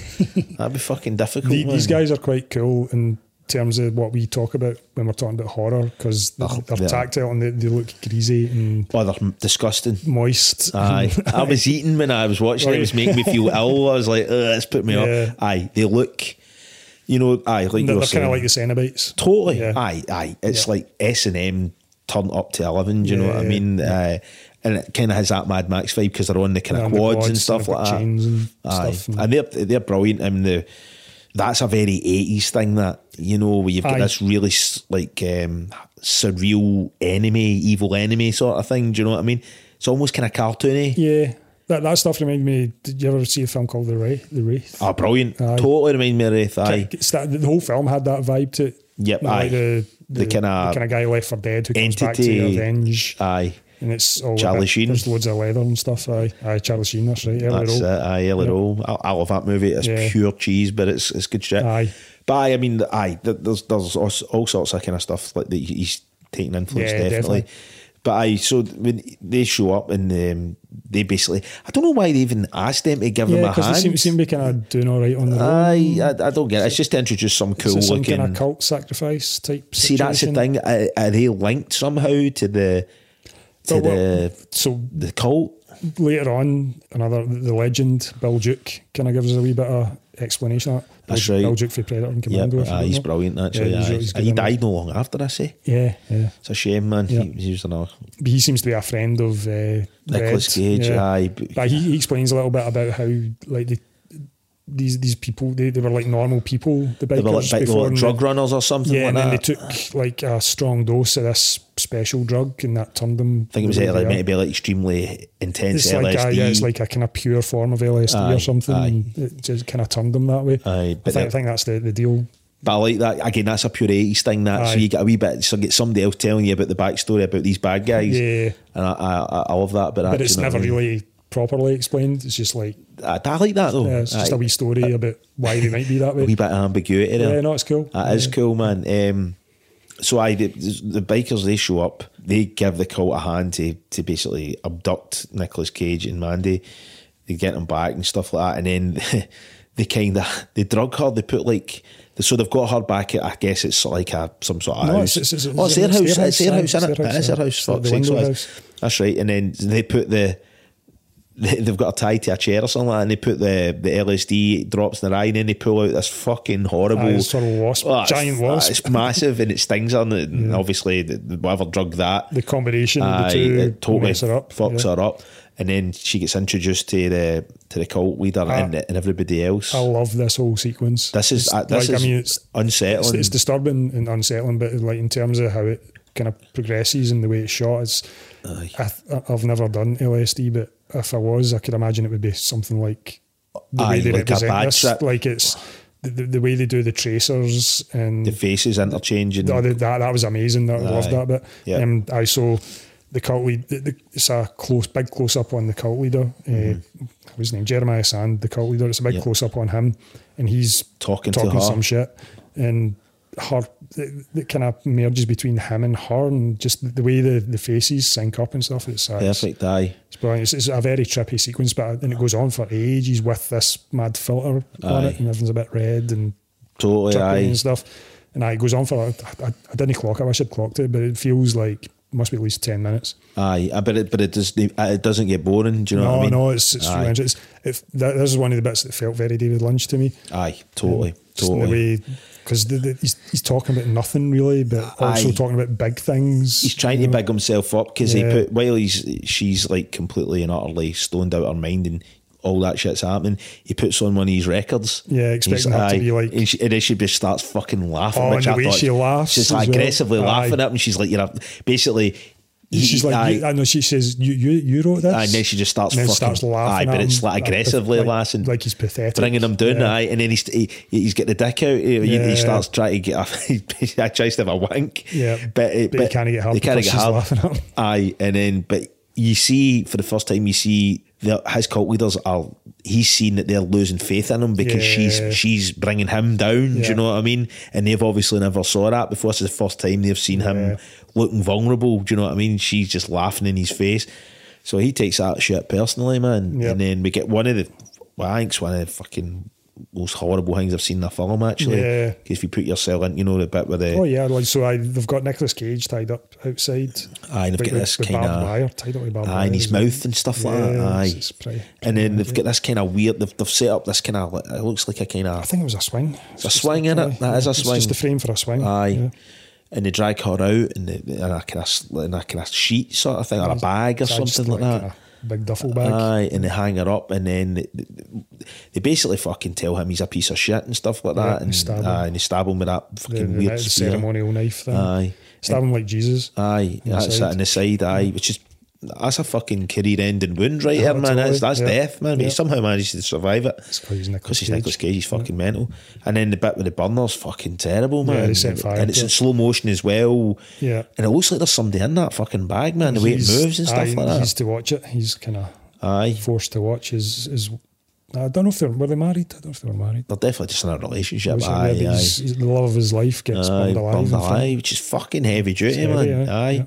B: That'd be fucking difficult.
A: The- these
B: man.
A: guys are quite cool in terms of what we talk about when we're talking about horror because they're,
B: Oh,
A: they're
B: yeah.
A: tactile and they, they look greasy and
B: oh, they're disgusting.
A: moist.
B: Aye, I was eating when I was watching it. It was making me feel ill. I was like, Ugh, it's putting me
A: Yeah.
B: up. Aye, they look, you know, aye, like
A: they're
B: you were
A: kind
B: saying,
A: of like the Cenobites.
B: totally.
A: Yeah.
B: Aye, aye, it's
A: Yeah.
B: like S and M turned up to eleven. Do you know what I
A: Yeah,
B: mean? Uh, and it kind of has that Mad Max vibe because they're on the kind
A: They're on
B: of
A: the
B: quads, and
A: quads and
B: stuff
A: they've
B: like
A: got
B: that.
A: chains and
B: aye,
A: stuff and-
B: and they're they're brilliant. I mean, the that's a very eighties thing that you know where you've got
A: Aye.
B: this really s- like um, surreal enemy, evil enemy sort of thing. Do you know what I mean? It's almost kind of cartoony.
A: Yeah. That that stuff reminded me. Did you ever see a film called The Wraith? The Wraith.
B: Ah, brilliant.
A: Aye.
B: Totally remind me of Wraith. Aye.
A: It's that- the whole film had that vibe to it.
B: Yep,
A: You know,
B: aye.
A: Like the,
B: The
A: the,
B: kinda
A: kind of guy left for dead who comes back to
B: entity.
A: avenge,
B: Aye.
A: and it's all
B: Charlie
A: about-
B: Sheen.
A: There's loads of leather and stuff. Aye, aye Charlie Sheen. That's right. Earlier
B: That's uh, it.
A: on.
B: Aye, Ellie
A: Yeah.
B: Roll. I, I love that movie. It's
A: Yeah.
B: pure cheese, but it's it's good shit.
A: Aye.
B: But aye, I mean, aye. th- There's there's all, all sorts of kind of stuff like that he's taking influence
A: Yeah,
B: definitely.
A: definitely.
B: But aye, so when they show up and um, they basically, I don't know why they even asked them to give them
A: Yeah,
B: a
A: because
B: hand.
A: they seem, seem to be kind of doing all right on their own.
B: Aye, I, I don't get it. It's just to introduce some
A: Is
B: cool
A: it some
B: looking.
A: kind of cult sacrifice type.
B: See, that's the
A: situation?
B: thing. Are, are they linked somehow to the to
A: But what-
B: the
A: So
B: the cult?
A: later on, another the legend Bill Duke kind of gives us a wee bit of explanation. Of that.
B: That's
A: Bill,
B: right.
A: Bill Duke for Predator and
B: Yeah,
A: Commando. if you
B: aye,
A: don't
B: he's
A: know.
B: brilliant. Actually,
A: Yeah, he's-
B: aye.
A: he's good
B: he
A: in that.
B: died no long after. I say
A: Yeah, yeah.
B: it's a shame, man.
A: Yeah.
B: He, he was an
A: But he seems to be a friend of uh, Red,
B: Nicholas Cage.
A: yeah.
B: Aye, but-
A: But he, he explains a little bit about how like the, these these people they, they were like normal people. The
B: they
A: bikers
B: were like, big,
A: before
B: like
A: and
B: drug
A: they-
B: runners or something.
A: Yeah,
B: like
A: and then
B: that.
A: they took like a strong dose of this special drug, and that turned them.
B: I think it was
A: the way
B: like,
A: they
B: meant to
A: are.
B: be like extremely intense
A: It's
B: LSD.
A: like, a, yeah, it's like a kind of pure form of LSD
B: Aye,
A: or something.
B: aye.
A: and It just kind of turned them that way.
B: Aye,
A: I think,
B: but that-
A: I think that's the, the deal.
B: But I like that again. That's a pure eighties thing. That so
A: Aye.
B: you get a wee bit. So get somebody else telling you about the backstory about these bad guys.
A: Yeah.
B: and I I, I love that. But,
A: But it's never
B: really.
A: really properly explained. It's just like,
B: I, I like that though.
A: yeah, it's just
B: Aye.
A: a wee story about why they might be that
B: a
A: way.
B: wee bit of ambiguity there.
A: Yeah, no, it's cool.
B: That is
A: Yeah.
B: cool, man. Um, so I the, the bikers they show up, they give the cult a hand to to basically abduct Nicolas Cage and Mandy. They get them back and stuff like that, and then they kind of they drug her. They put like so they've got her back. At, I guess it's like a some sort of
A: No,
B: house.
A: it's- it's- it's-
B: oh, it's their
A: it's
B: house.
A: their
B: It's their house,
A: house,
B: isn't it?
A: aye.
B: It's their house.
A: It's their
B: Fuck's
A: house.
B: sake,
A: The
B: so
A: window
B: it's- That's right. And then they put the they- they've got a tie to a chair or something like that, and they put the, the LSD drops in their eye, and then they pull out this fucking horrible
A: Aye, sort of wasp,
B: Oh, it's-
A: giant wasp.
B: It's massive and it stings her, and, it- and obviously the, the- whatever drug that
A: The combination of the
B: aye,
A: two
B: it totally
A: mess her up.
B: fucks
A: yeah.
B: her up, and then she gets introduced to the to the cult leader and, and everybody else.
A: I love this whole sequence.
B: this is
A: Ah. Oh, It's
B: uh, this
A: like,
B: is
A: I mean, it's,
B: unsettling.
A: it's, it's disturbing and unsettling, but like in terms of how it kind of progresses and the way it's shot, it's.
B: Aye.
A: I th- I've never done LSD, but if I was, I could imagine it would be something like the
B: Aye,
A: way they
B: like a
A: represent
B: bad
A: this.
B: trip.
A: Like it's the, the, the way they do the tracers and
B: the faces interchanging.
A: Oh, that, that that was amazing. That, I
B: Aye.
A: loved that bit.
B: Yeah.
A: Um, I saw the cult lead. The, the, it's a close, big close up on the cult leader. Uh, what was his name? Jeremiah Sand, the cult leader. It's a big
B: Mm-hmm. Yeah.
A: close up on him, and he's
B: Talking to
A: talking
B: her.
A: some shit, and her that kind of merges between him and her, and just the, the way the, the faces sync up and stuff. It's, uh, it's,
B: Perfect, aye.
A: it's brilliant. It's, it's a very trippy sequence, but uh, and it goes on for ages with this mad filter on
B: Aye.
A: it, and everything's a bit red and
B: Totally,
A: trippy
B: aye.
A: and stuff. And aye, it goes on for, I, I, I didn't clock it, I wish I'd clocked it, but it feels like must be at least 10 minutes.
B: Aye, uh, but it but it does it doesn't get boring. Do you know
A: no,
B: what I mean?
A: no, it's, it's
B: Aye.
A: strange. It's, if, that, this is one of the bits that felt very David Lynch to me.
B: Aye, totally,
A: Just in the
B: totally.
A: way, because he's, he's talking about nothing really, but also
B: Aye.
A: talking about big things.
B: he's trying to big himself up because
A: Yeah.
B: he put while he's she's like completely and utterly stoned out her mind and all that shit's happening. He puts on one of his records.
A: Yeah,
B: He's-
A: expecting her to
B: aye,
A: be like-
B: and, she, and then she just starts fucking laughing.
A: Oh,
B: which
A: and the
B: I
A: way
B: thought-
A: she laughs
B: she's
A: as well.
B: aggressively
A: Aye.
B: laughing at him. She's like, you're a, basically. he-
A: She's like,
B: aye.
A: you, I know. She says, "You, you, you wrote this."
B: Aye, and then she just starts
A: And then
B: fucking
A: starts laughing.
B: Aye,
A: at
B: but it's
A: him,
B: like aggressively
A: like,
B: laughing,
A: like he's pathetic,
B: bringing him down.
A: Yeah.
B: Aye, and then he's he, he's got the dick out. He, he- he
A: Yeah.
B: starts trying to get. off. he tries to have a wank.
A: Yeah.
B: but it-
A: But he can't get help
B: He can't
A: because
B: get
A: she's
B: help.
A: laughing at him.
B: Aye, and then but you see for the first time you see the, his cult leaders are he's seen that they're losing faith in him because
A: Yeah.
B: she's she's bringing him down. Do
A: Yeah.
B: you know what I mean? And they've obviously never saw that before. This is the first time they've seen
A: Yeah.
B: him looking vulnerable. Do you know what I mean? She's just laughing in his face. So he takes that shit personally, man.
A: Yep.
B: And then we get one of the, well, I think it's one of the fucking most horrible things I've seen in a film, actually.
A: Yeah.
B: If you put yourself in, you know, the bit with the,
A: Oh yeah, like, so I, they've got Nicolas Cage tied up outside.
B: Aye, and they've
A: Like,
B: got
A: with-
B: this
A: with
B: kinda-
A: barbed wire tied up with barbed
B: aye,
A: wire
B: and his
A: as well.
B: mouth and stuff like that.
A: Yeah,
B: Aye.
A: it's- it's pretty-
B: and then they've
A: pretty
B: got this kind of weird, they've, they've set up this kind of, it looks like a kind of
A: I think it was a swing. It's
B: a
A: just
B: swing,
A: like,
B: innit?
A: aye,
B: That is a
A: it's
B: swing.
A: Just the frame for a swing.
B: Aye.
A: yeah.
B: And they drag her out and, they, and a kind of in a kind of sheet sort of thing or a bag or
A: It's just
B: something like, that.
A: a big duffel bag.
B: Aye, and they hang her up, and then they, they basically fucking tell him he's a piece of shit and stuff like
A: Yeah,
B: that,
A: they
B: and
A: stab him.
B: aye, and they stab him with that
A: the,
B: fucking
A: the-
B: weird
A: the
B: spear.
A: ceremonial knife thing.
B: Aye,
A: Stab him like Jesus.
B: aye,
A: in the
B: that's
A: side.
B: it in the side. Aye, which is that's a fucking career-ending wound right there, man.
A: Totally,
B: That's, that's
A: yeah.
B: death, man.
A: Yeah.
B: He somehow manages to survive it.
A: It's 'cause he's Nicolas
B: Because he's
A: Cage.
B: Nicolas Cage. He's fucking mental. And then the bit with the burner's fucking terrible,
A: Yeah,
B: man.
A: they set fire
B: and it's
A: to
B: in
A: it.
B: slow motion as well.
A: Yeah.
B: And it looks like there's somebody in that fucking bag, man. The way it
A: He's-
B: moves and stuff
A: aye,
B: like that.
A: He's to watch it. He's kind of
B: Aye.
A: forced to watch his his. I don't know if they're were they married. I don't know if they were married.
B: They're definitely just in a relationship.
A: Was it-
B: aye,
A: yeah, but
B: aye.
A: he's- he's- the love of his life gets
B: aye,
A: burned alive.
B: burned
A: in front-
B: alive, which is fucking heavy duty,
A: heavy,
B: man.
A: aye,
B: aye.
A: yeah.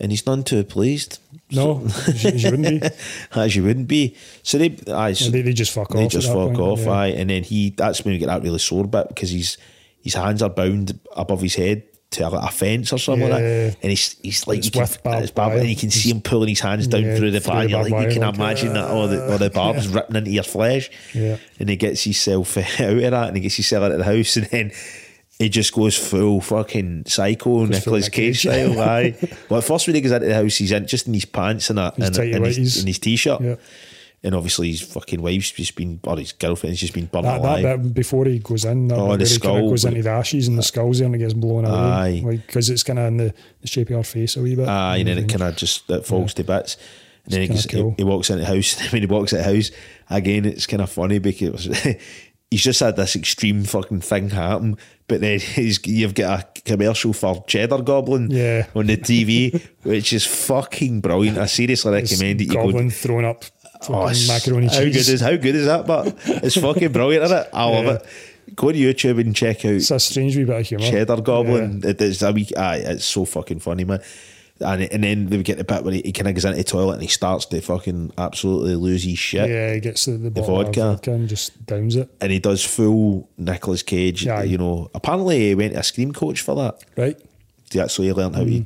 B: And he's none too pleased,
A: No, as you- as you wouldn't be.
B: as you wouldn't be. So they, aye, so
A: And They, they just fuck
B: they
A: off.
B: just
A: at that
B: fuck
A: point,
B: off,
A: yeah.
B: aye. And then he, that's when we get that really sore bit because he's, his hands are bound above his head to a, a fence or something like
A: Yeah.
B: that. And he's, he's like,
A: It's
B: you can,
A: with barbed
B: it's barbed-
A: wire.
B: and you can see him pulling his hands down
A: Yeah,
B: through the
A: through
B: bar.
A: the
B: You're
A: barbed
B: like, you can
A: wire, like,
B: imagine that, or the, or the barb's ripping into your flesh.
A: Yeah.
B: And he gets himself out of that and he gets himself out of the house and then. He just goes full fucking psycho,
A: full
B: Nicolas
A: Nick
B: Cage
A: Cage.
B: style. Aye. Well, at first when he goes into the house, he's in just in his pants and a,
A: His
B: and, and
A: tighty-whities.
B: his, and his t-shirt.
A: Yeah.
B: And obviously his fucking wife's just been, or his girlfriend's just been burnt
A: That,
B: alive.
A: that bit before he goes in, that
B: Oh,
A: bit where he
B: the
A: kind
B: skull,
A: of goes
B: but-
A: into the ashes and the skull's there and it gets blown
B: Aye.
A: away. Because it's kind of in the, the shape of her face a wee bit.
B: Aye, and then it kind of just it falls to bits. And then he,
A: It's
B: gets,
A: kinda
B: he,
A: cool.
B: he walks into the house. And when he walks into the house, again, it's kind of funny because he's just had this extreme fucking thing happen. But then he's, you've got a commercial for Cheddar Goblin
A: Yeah.
B: on the TV, which is fucking brilliant. I seriously
A: It's
B: recommend it. You go- Oh,
A: Goblin thrown up fucking
B: it's-
A: macaroni
B: how
A: cheese.
B: Good is, how good is that? But it's fucking brilliant, isn't it? I love
A: Yeah.
B: it. Go to YouTube and check out
A: it's a strange wee bit of humour.
B: cheddar goblin. It is a wee, aye, it's so fucking funny, man. And and then we get the bit where he, kind of goes into the toilet and he starts to fucking absolutely lose his
A: Yeah,
B: shit.
A: yeah he gets the, the, bottle of
B: vodka.
A: vodka and just downs it.
B: And he does full Nicolas Cage,
A: Aye.
B: you know. Apparently, he went to a scream coach for that.
A: Right?
B: Yeah, so he learned how to
A: Hmm.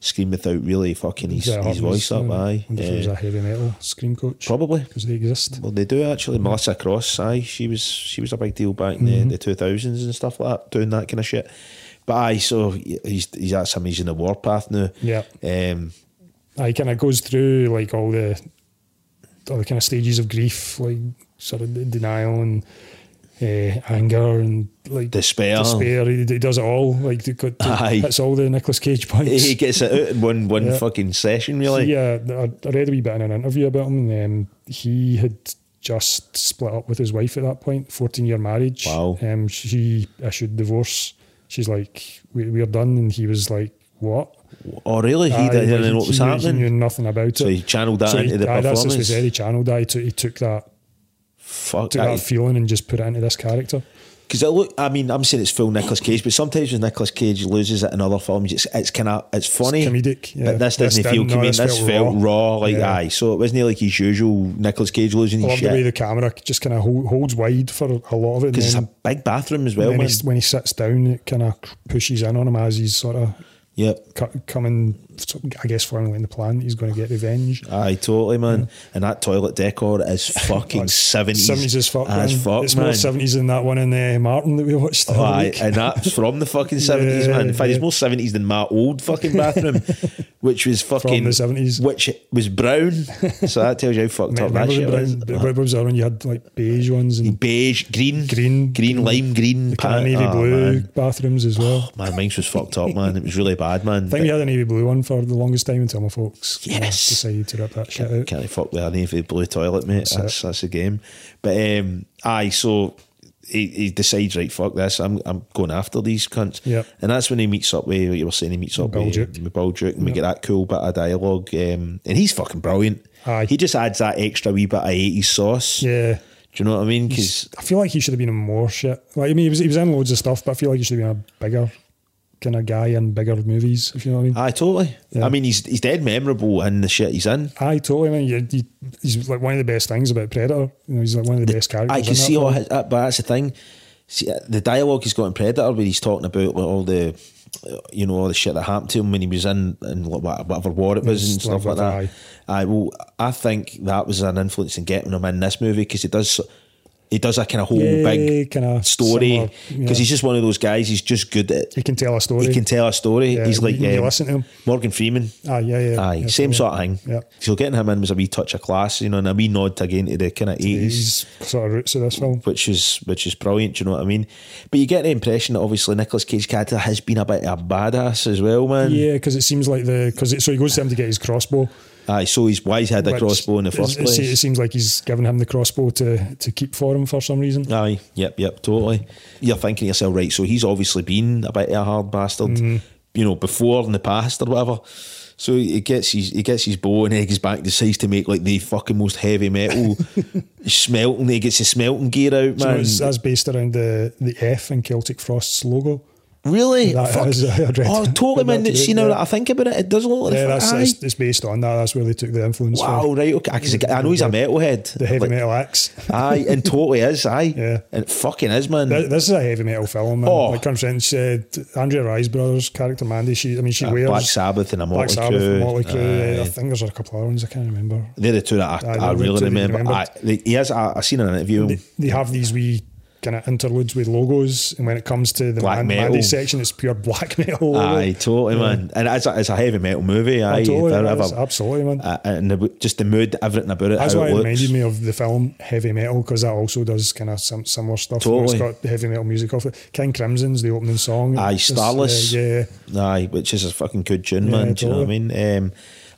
B: scream without really fucking his,
A: Yeah,
B: his voice up.
A: yeah.
B: Aye,
A: Wonder if it was
B: Yeah.
A: a heavy metal scream coach.
B: probably.
A: Because they exist.
B: Well, they do
A: Hmm.
B: actually. Melissa Cross, aye, she was she was a big deal back in the two thousands and stuff like that, doing that kind of shit. But aye, so he's he's that's him. He's in the warpath now.
A: Yeah.
B: Um,
A: I kind of goes through like all the all the kind of stages of grief, like sort of the denial and uh, anger and like
B: Despair.
A: Despair. He, he does it all. Like they got
B: Aye.
A: to, that's all the Nicolas Cage points. uh,
B: he gets it out in one one
A: Yeah.
B: fucking session, really.
A: yeah, I, I read a wee bit in an interview about him. Um, he had just split up with his wife at that point, 14 year marriage.
B: Wow.
A: Um, she issued divorce. She's like, we, we're done. And he was like, what?
B: Oh, really? He
A: Aye,
B: didn't
A: like,
B: know what was
A: knew- He
B: happening.
A: knew nothing about
B: So
A: it.
B: he channeled that into the
A: aye, That's just
B: performance.
A: what he channeled that. He took, he took that,
B: Fuck
A: took that
B: that.
A: feeling and just put it into this character.
B: Because it look, I mean, I'm saying it's full Nicolas Cage, but sometimes when Nicolas Cage loses it in other films, it's it's kind of it's funny,
A: comedic, yeah.
B: But this
A: This
B: doesn't feel
A: didn't, no,
B: comedic.
A: this
B: This
A: felt
B: felt raw,
A: raw.
B: like
A: Yeah.
B: aye. So it wasn't like his usual Nicolas Cage losing
A: I
B: his
A: love the way
B: shit
A: the camera just kind of hold, holds wide for a lot of it. And
B: because it's
A: then,
B: a big bathroom as well,
A: when,
B: man.
A: he, when he sits down, it kind of pushes in on him as he's sort of
B: Yep.
A: cu- coming, I guess, formulating the plan that he's going to get revenge.
B: Aye, totally, man. And that toilet decor is fucking
A: Like,
B: seventies.
A: 70s as fuck. man.
B: fuck,
A: it's
B: man.
A: more 70s than that one in uh, Martin that we watched. the other
B: Aye,
A: week.
B: and that's from the fucking seventies, man. In fact, it's
A: yeah.
B: more seventies than my old fucking bathroom, which was fucking
A: the 70s.
B: which was brown. So that tells you how fucked up that
A: Remember
B: shit
A: the
B: was.
A: brown- the- what was the other one? You had like beige ones and
B: Beige, green,
A: Green.
B: green, lime green,
A: the kind
B: pan-
A: of navy
B: oh,
A: blue
B: Man.
A: bathrooms as well.
B: My mind was fucked up, man. It was really bad, man.
A: I think we
B: But
A: had a navy blue one for the longest time until my folks kinda
B: Yes.
A: decided to rip that shit out.
B: Can't fuck with a navy blue toilet, mate. That's that's, a game. But um, aye, so he, he decides, right, fuck this. I'm I'm going after these cunts.
A: Yeah.
B: And that's when he meets up with what you were saying. He meets up
A: Baljuk.
B: with, with Baljuk, and we get that cool bit of dialogue. Um, and he's fucking brilliant.
A: Aye.
B: He just adds that extra wee bit of eighties sauce.
A: Yeah.
B: Do you know what I mean? Because
A: I feel like he should have been in more shit. Like I mean, he was, he was in loads of stuff, but I feel like he should have been a bigger kind of guy in bigger movies. If you know what I mean.
B: aye, totally.
A: Yeah.
B: I mean, he's he's dead memorable in the shit he's in.
A: Aye, totally. Man, you, you, he's like one of the best things about Predator. You know, he's like one of the, best characters.
B: I
A: in
B: can
A: that
B: see all
A: film.
B: his, uh, but that's the thing. See, uh, the dialogue he's got in Predator, where he's talking about like, all the, uh, you know, all the shit that happened to him when he was in, in wha- wha- whatever war it was
A: Yes,
B: and stuff like that.
A: whatever,
B: Aye, well, I think that was an influence in getting him in this movie because he does, he does a kind of whole
A: Yeah,
B: big
A: kinda
B: story
A: similar,
B: because
A: yeah.
B: he's just one of those guys. He's just good at.
A: He can tell a story.
B: He can tell a story.
A: Yeah,
B: he's like
A: you- you
B: um,
A: listen to him.
B: Morgan Freeman.
A: Aye, yeah, yeah.
B: Aye,
A: yeah,
B: same
A: totally.
B: sort of thing.
A: Yeah.
B: So getting him in was a wee touch of class, you know, and a wee nod again to the kind of eighties
A: He's sort of roots of this film.
B: which is which is brilliant. Do you know what I mean? But you get the impression that obviously Nicolas Cage character has been a bit of a badass as well, man.
A: Yeah, because it seems like the because so he goes to him to get his crossbow,
B: Aye, so he's why he's had a
A: which
B: crossbow in the
A: is-
B: first
A: it, se- It
B: place.
A: seems like he's given him the crossbow to, to keep for him for some reason.
B: Aye, yep, yep, totally. You're thinking to yourself, right, so he's obviously been a bit of a hard bastard,
A: Mm-hmm.
B: you know, before in the past or whatever. So he gets his he gets his bow and he goes back, decides to make like the fucking most heavy metal smelting. He gets his smelting gear out,
A: So
B: man.
A: it's, uh, that's based around the, the F in Celtic Frost's logo.
B: really?
A: That
B: Fuck.
A: is- uh, I read
B: oh,
A: that-
B: totally,
A: read that
B: man.
A: today,
B: See, now
A: yeah.
B: that I think about it, it does look like the
A: Yeah,
B: fuck-
A: that's,
B: aye.
A: that's it's based on that. That's where they took the influence
B: Wow,
A: from.
B: right, okay. Ah, 'cause I know he's a metalhead.
A: The heavy
B: Like,
A: metal axe.
B: Aye, and totally is, aye.
A: Yeah.
B: And it fucking is, man.
A: Th- This is a heavy metal film. Man.
B: Oh.
A: Like Karen French said, Andrea Riseborough's character Mandy. She, I mean, she
B: Uh,
A: wears
B: Black Sabbath and a
A: Black
B: Motley
A: Sabbath,
B: Crue.
A: Motley Crue.
B: Aye.
A: I think there's a couple other ones I can't remember.
B: They're the two that I,
A: Aye,
B: I
A: they're the
B: really
A: two that you
B: remember. I,
A: remembered.
B: they- he has. I, I seen an interview. with
A: They,
B: him.
A: they have these wee kind of interludes with logos, and when it comes to the
B: Black
A: Man-
B: metal.
A: Mandy section, it's pure black metal. logo.
B: Aye, totally, man. And it's a, it's a heavy metal movie. Aye,
A: I Oh, totally,
B: They're
A: that's
B: ever-
A: absolutely, man.
B: uh, and the, just the mood, everything about it.
A: That's
B: how
A: why
B: it
A: it
B: looks.
A: reminded me of the film Heavy Metal because that also does kind of some similar stuff. where It's
B: Totally.
A: got heavy metal music off it. King Crimson's the opening song.
B: Aye,
A: It's-
B: Starless.
A: uh, Yeah, yeah.
B: Aye, which is a fucking good tune,
A: Yeah,
B: man. Do you know what
A: totally.
B: I mean? Um,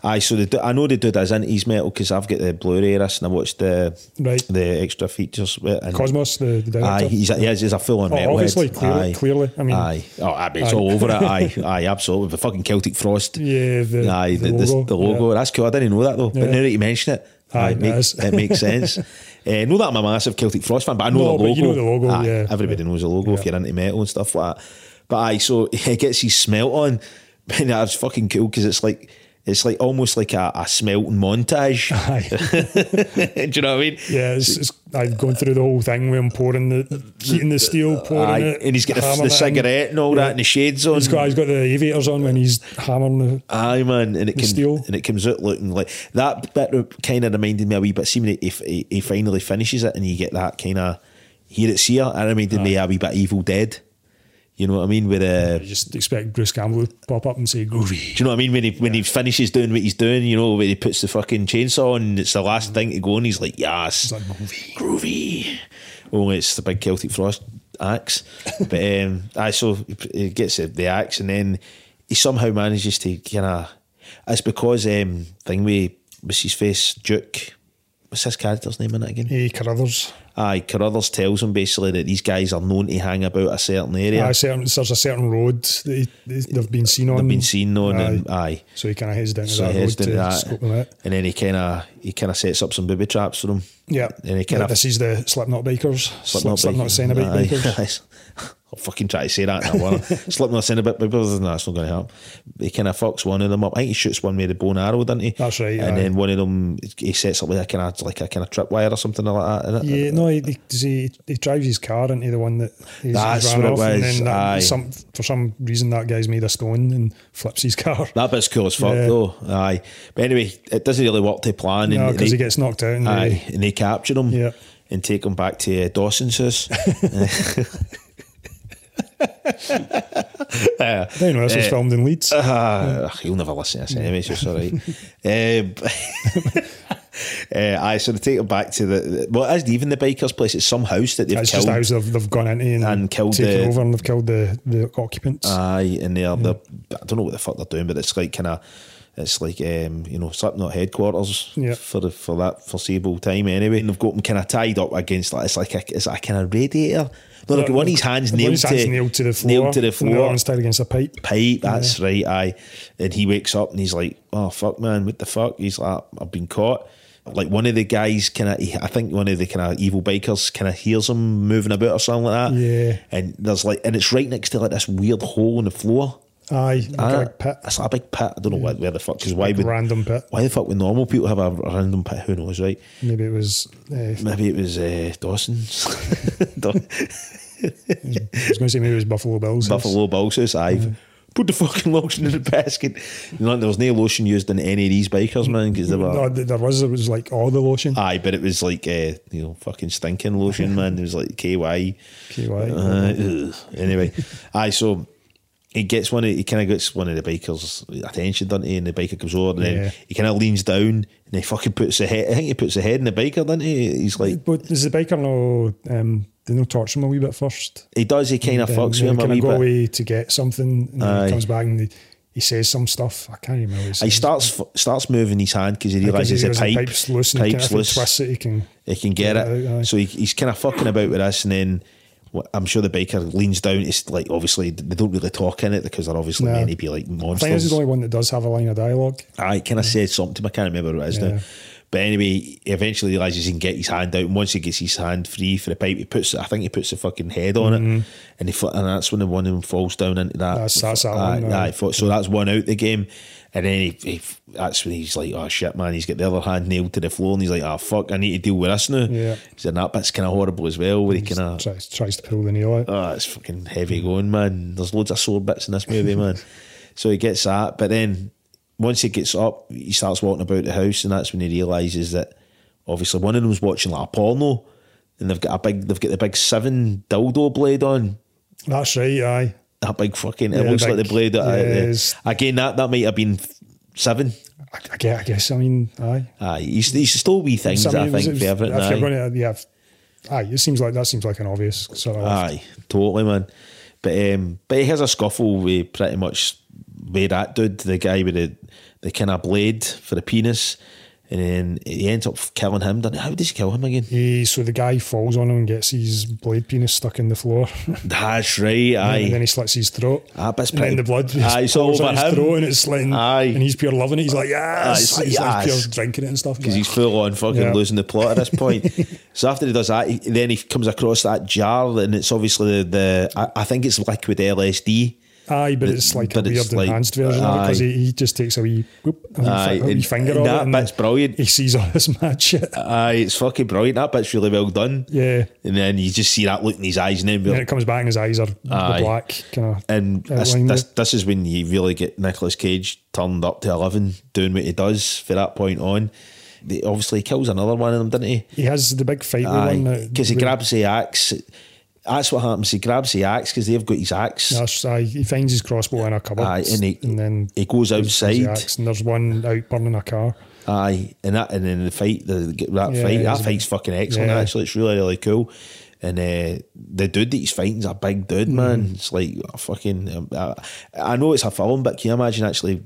B: aye, so they do, I know they do that in East Metal because I've got the Blu-ray of this and I watched the
A: Right.
B: the extra features. with it And
A: Cosmos, the, the director.
B: Aye, he's a, he is- he's a full on
A: Oh,
B: metalhead.
A: obviously, clearly-
B: aye.
A: clearly, I mean-
B: aye. Oh, I mean, it's
A: Aye.
B: all over it. Aye, aye, absolutely. The fucking Celtic Frost.
A: Yeah, the-
B: aye,
A: the
B: the, this-
A: logo,
B: the logo.
A: yeah.
B: That's cool. I didn't know that though. But
A: Yeah.
B: now that you mention it,
A: Aye,
B: aye,
A: it
B: it, makes,
A: does.
B: it makes sense. Uh, know that I'm a massive Celtic Frost fan, but I know
A: No,
B: the
A: but
B: logo.
A: you know the logo,
B: Aye,
A: yeah.
B: everybody knows the logo if
A: Yeah.
B: you're into metal and stuff like that. But aye, so he gets his smelt on, and that's fucking cool because it's like. It's like almost like a, a smelting montage.
A: Aye.
B: Do you know what I mean?
A: Yeah, it's, it's, I've gone through the whole thing with him pouring the heating the steel, pouring
B: Aye,
A: it,
B: and he's got the,
A: hammering
B: the
A: it in.
B: cigarette and all that, and the shades on.
A: He's got, he's got the aviators on when he's hammering the.
B: Aye, man, and it can,
A: steel.
B: and it comes out looking like that bit. Kind of reminded me a wee bit. See when he, if he, he finally finishes it, and you get that kind of here it's here. It reminded me a wee bit Evil Dead. You know what I mean? With uh,
A: I just expect Bruce Campbell to pop up and say groovy.
B: do you know what I mean? When he when he finishes doing what he's doing, you know, when he puts the fucking chainsaw on, and it's the last thing to go, and he's like, "Yes,
A: Mm. It's like groovy.
B: groovy." Oh, it's the big Celtic frost axe. but um, aye, so he gets the, the axe, and then he somehow manages to kind of. It's because um, thing we was his face Duke. What's his character's name in it again?
A: Hey, Carruthers.
B: Aye, Carruthers tells him basically that these guys are known to hang about a certain area.
A: Aye, certain, there's a certain road that he, they've been seen on.
B: They've been seen on,
A: Aye.
B: and aye.
A: So he kind of heads down to
B: So
A: that
B: he
A: road
B: heads
A: to
B: down to
A: scope them out.
B: that, and then he kind of he kind of sets up some booby traps for him.
A: Yeah.
B: and he kind of
A: this is the Slipknot bikers. Slipknot, Slipknot
B: biking.
A: Cenobite
B: Aye.
A: bikers.
B: I'll fucking try to say that in a while. Slipknot Cenobite bikers, no, that's not going to help. He kind of fucks one of them up. I think he shoots one with a bone arrow, doesn't he?
A: That's right,
B: And
A: aye.
B: then one of them he sets up with a kind of like a kind of tripwire or something like that. innit?
A: Yeah, no, he, he, does he, he drives his car into the one that he's
B: That's
A: he's ran
B: what it
A: off, and
B: was,
A: then
B: aye.
A: that, some, for some reason that guy's made a stone and flips his car.
B: That bit's cool as fuck
A: Yeah.
B: though. Aye. But anyway, it doesn't really work to plan.
A: No,
B: and
A: because
B: they-
A: he gets knocked out. And
B: Aye,
A: they-
B: and they capture him
A: Yeah.
B: and take him back to uh, Dawson's house.
A: I don't know, this was
B: Eh.
A: filmed in Leeds.
B: Uh, You'll never listen to this anyway, so it's all right. um, uh, aye, so they take him back to the, the well, it isn't even the biker's place, it's some house that they've
A: It's
B: killed.
A: just houses they've, they've gone into and,
B: And killed
A: taken
B: the- Uh,
A: over and they've killed the, the occupants.
B: Aye, and
A: Mm.
B: they're, they're I don't know what the fuck they're doing, but it's like kind of it's like um, you know Slipknot headquarters
A: Yeah.
B: for the, for that foreseeable time anyway. And they've got him kind of tied up against like it's like a, it's like a kind of radiator. No, look, one of his hands
A: One of
B: nailed,
A: his
B: to,
A: hands nailed to the floor.
B: nailed to the
A: And the other
B: floor.
A: one's tied against a pipe.
B: Pipe, that's right, aye. And he wakes up and he's like, "Oh fuck, man, what the fuck?" He's like, "I've been caught." Like one of the guys, kind of, I think one of the kind of evil bikers, kind of hears him moving about or something like that.
A: Yeah.
B: And there's like, and it's right next to like this weird hole in the floor.
A: Aye,
B: Ah,
A: like a pit.
B: It's like a big pit. I don't know where, where the fuck. Because why
A: Like
B: would
A: random pit.
B: Why the fuck would normal people have a random pit? Who knows, right?
A: Maybe it was. Uh,
B: Maybe it was uh, Dawson's, Daw-
A: I was going to say maybe it was Buffalo Bills.
B: Buffalo Bills house. I've put the fucking lotion in the basket. You know, there was no lotion used in any of these bikers, man, because they were.
A: No, th- there was. It was like all the lotion.
B: Aye, but it was like uh, you know, fucking stinking lotion, man. It was like KY.
A: KY.
B: Uh, ugh. anyway, aye. So he gets one. Of, he kind of gets one of the biker's attention, doesn't he? And the biker comes over, and
A: Yeah.
B: then he kind of leans down, and he fucking puts the head. I think he puts the head in the biker, doesn't he? He's like.
A: But is the biker no? Um, they no torture him a wee bit first.
B: He does. He kind of
A: Then
B: fucks
A: they
B: with him a
A: kinda
B: wee
A: go
B: bit.
A: away to get something, and then
B: Aye.
A: he comes back and he, he he says some stuff. I can't remember. What he
B: He
A: says.
B: starts f- starts moving his hand because he
A: I guess
B: realises the
A: he realises
B: pipe,
A: pipe's loose and he
B: pipe's
A: can, if
B: loose.
A: he twists it, he can.
B: He can get
A: Yeah,
B: it.
A: aye, aye.
B: So he, he's kind of fucking about with us, and then wh- I'm sure the biker leans down. It's like obviously they don't really talk in it because they're obviously
A: No.
B: meant to be like
A: I think this is
B: monsters.
A: the only one that does have a line of dialogue.
B: I kind of said something to him. I can't remember what it is now.
A: Yeah.
B: But anyway, he eventually realizes he can get his hand out, and once he gets his hand free for the pipe, he puts I think he puts the fucking head on it, and he fl- and that's when the one of them falls down into
A: Mm-hmm.
B: that.
A: That's- that's that
B: Aye,
A: one,
B: aye,
A: aye.
B: fo- so that's one out the game, and then he, he that's when he's like, oh shit, man, he's got the other hand nailed to the floor, and he's like, ah fuck, I need to deal with this now.
A: Yeah.
B: So that bit's kind of horrible as well, where he kind of
A: Tries, tries to pull the nail out.
B: oh, it's fucking heavy going, man. There's loads of sore bits in this movie, man. so he gets that, but then once he gets up, he starts walking about the house, and that's when he realizes that obviously one of them's watching like a porno, and they've got a big, they've got the big seven dildo blade on.
A: That's right, aye.
B: That big fucking, it
A: Yeah,
B: looks like
A: big-
B: the blade. that-
A: yes.
B: again, that that might have been seven.
A: I, I guess, I guess, I mean, aye.
B: Aye, he's, he's still wee things.
A: So, I
B: I
A: mean, it was-
B: think
A: it was-
B: favourite.
A: if
B: aye.
A: you're gonna- yeah, if- aye, it seems like that seems like an obvious sort of.
B: Aye, totally, man. But um, but he has a scuffle with pretty much where that dude, the guy with the the kind of blade for the penis, and then he ends up killing him. doesn't he? How does he kill him again?
A: He, so the guy falls on him and gets his blade penis stuck in the floor,
B: That's right.
A: and then
B: Aye.
A: he slits his throat.
B: Ah, but it's
A: and then
B: pretty-
A: the blood
B: Aye, it's all
A: pours
B: over
A: on his
B: him.
A: throat, and it's slitting.
B: Aye.
A: and he's pure loving it. He's like, yes,
B: Aye, it's
A: he's
B: like,
A: like
B: yes.
A: pure drinking it and stuff.
B: Because he's full on fucking
A: Yeah.
B: losing the plot at this point. so after he does that, he, then he comes across that jar, and it's obviously the, the I, I think it's liquid LSD.
A: Aye, but it's like
B: But
A: a weird
B: it's like-
A: enhanced version of it because
B: aye.
A: he, he just takes a wee whoop, a wee,
B: Aye,
A: fi- a wee
B: and-
A: finger
B: and
A: on
B: that
A: it. and
B: bit's brilliant.
A: He sees all this mad shit.
B: Aye, it's fucking brilliant. That bit's really well done.
A: Yeah.
B: And then you just see that look in his eyes, and then
A: And
B: we're
A: then it comes back, and his eyes are
B: Aye.
A: the black kind of.
B: And this,
A: outline
B: this,
A: there.
B: this is when you really get Nicolas Cage turned up to 11, doing what he does from that point on. They, obviously, he kills another one of them, doesn't he?
A: he has the big fight with one that-
B: Because he
A: with-
B: grabs the axe. That's what happens. He grabs the axe because they've got his axe.
A: That's, aye, he finds his crossbow in a cupboard,
B: Aye, and he-
A: then
B: he goes
A: uses the
B: outside.
A: axe, and there's one out burning a car.
B: Aye, and that and then the fight, the that
A: Yeah,
B: fight, that
A: it's-
B: fight's fucking excellent.
A: yeah.
B: Actually, it's really really cool. And uh, the dude that he's fighting's a big
A: Mm.
B: dude, man. It's like a fucking. Um, I, I know it's a film, but can you imagine actually?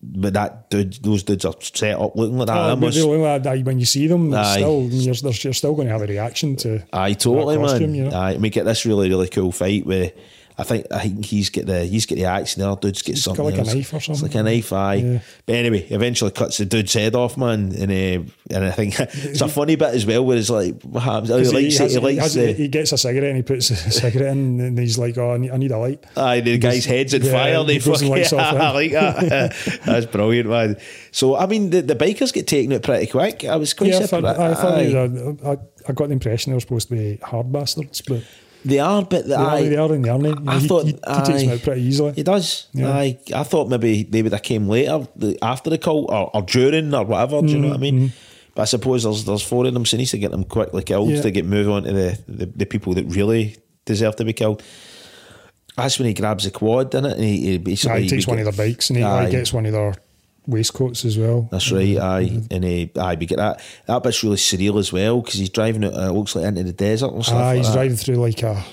B: But that dude, those dudes are set up looking like that.
A: Oh,
B: I
A: but
B: must,
A: the only way that- when you see them, it's
B: Aye.
A: still you're, there's- you're still going to have a reaction to.
B: aye,
A: that
B: totally,
A: costume,
B: man.
A: you know?
B: Aye, and we get this really really cool fight where I think I think he's get the he's get the axe, and the other dude's get
A: He's got
B: something
A: like a
B: else.
A: knife or
B: It's like
A: something.
B: a knife, aye.
A: Yeah.
B: But anyway, eventually cuts the dude's head off, man. And uh, and I think it's a funny bit as well, where it's like, what happens? Oh, he
A: 'Cause
B: likes it.
A: has-
B: He likes
A: has-
B: the.
A: he gets a cigarette and he puts a cigarette in, and he's like, "Oh, I need, I need a light."
B: Aye, the guy's head's in
A: yeah,
B: fire. They
A: he goes
B: fucking
A: and lights off
B: I
A: it.
B: like that. That's brilliant, man. So I mean, the, the bikers get taken out pretty quick. I was quite
A: Yeah, I thought,
B: surprised.
A: I, uh, thought
B: Aye.
A: they were- I, I got the impression they were supposed to be hard bastards, but
B: They are, but the,
A: they,
B: aye,
A: are, they are in the army.
B: I
A: he,
B: thought-
A: he, he takes
B: aye.
A: them out pretty easily.
B: He does.
A: Yeah.
B: Aye. I thought maybe they would have came later, the, after the cult, or, or during, or whatever. Do you know what I mean?
A: Mm-hmm.
B: But I suppose there's there's four of them, so he needs to get them quickly killed
A: Yeah.
B: to get move on to the, the, the people that really deserve to be killed. That's when he grabs the quad, isn't it? And he, he
A: Aye,
B: basically
A: he takes
B: we
A: one
B: get-
A: of their bikes and he like,
B: Aye.
A: gets Mm-hmm. one of their waistcoats as well.
B: That's right, aye, and he, aye, we get that. That bit's really surreal as well because he's driving it. Uh, looks like into the desert and stuff.
A: Aye,
B: like
A: he's
B: that.
A: driving through like a.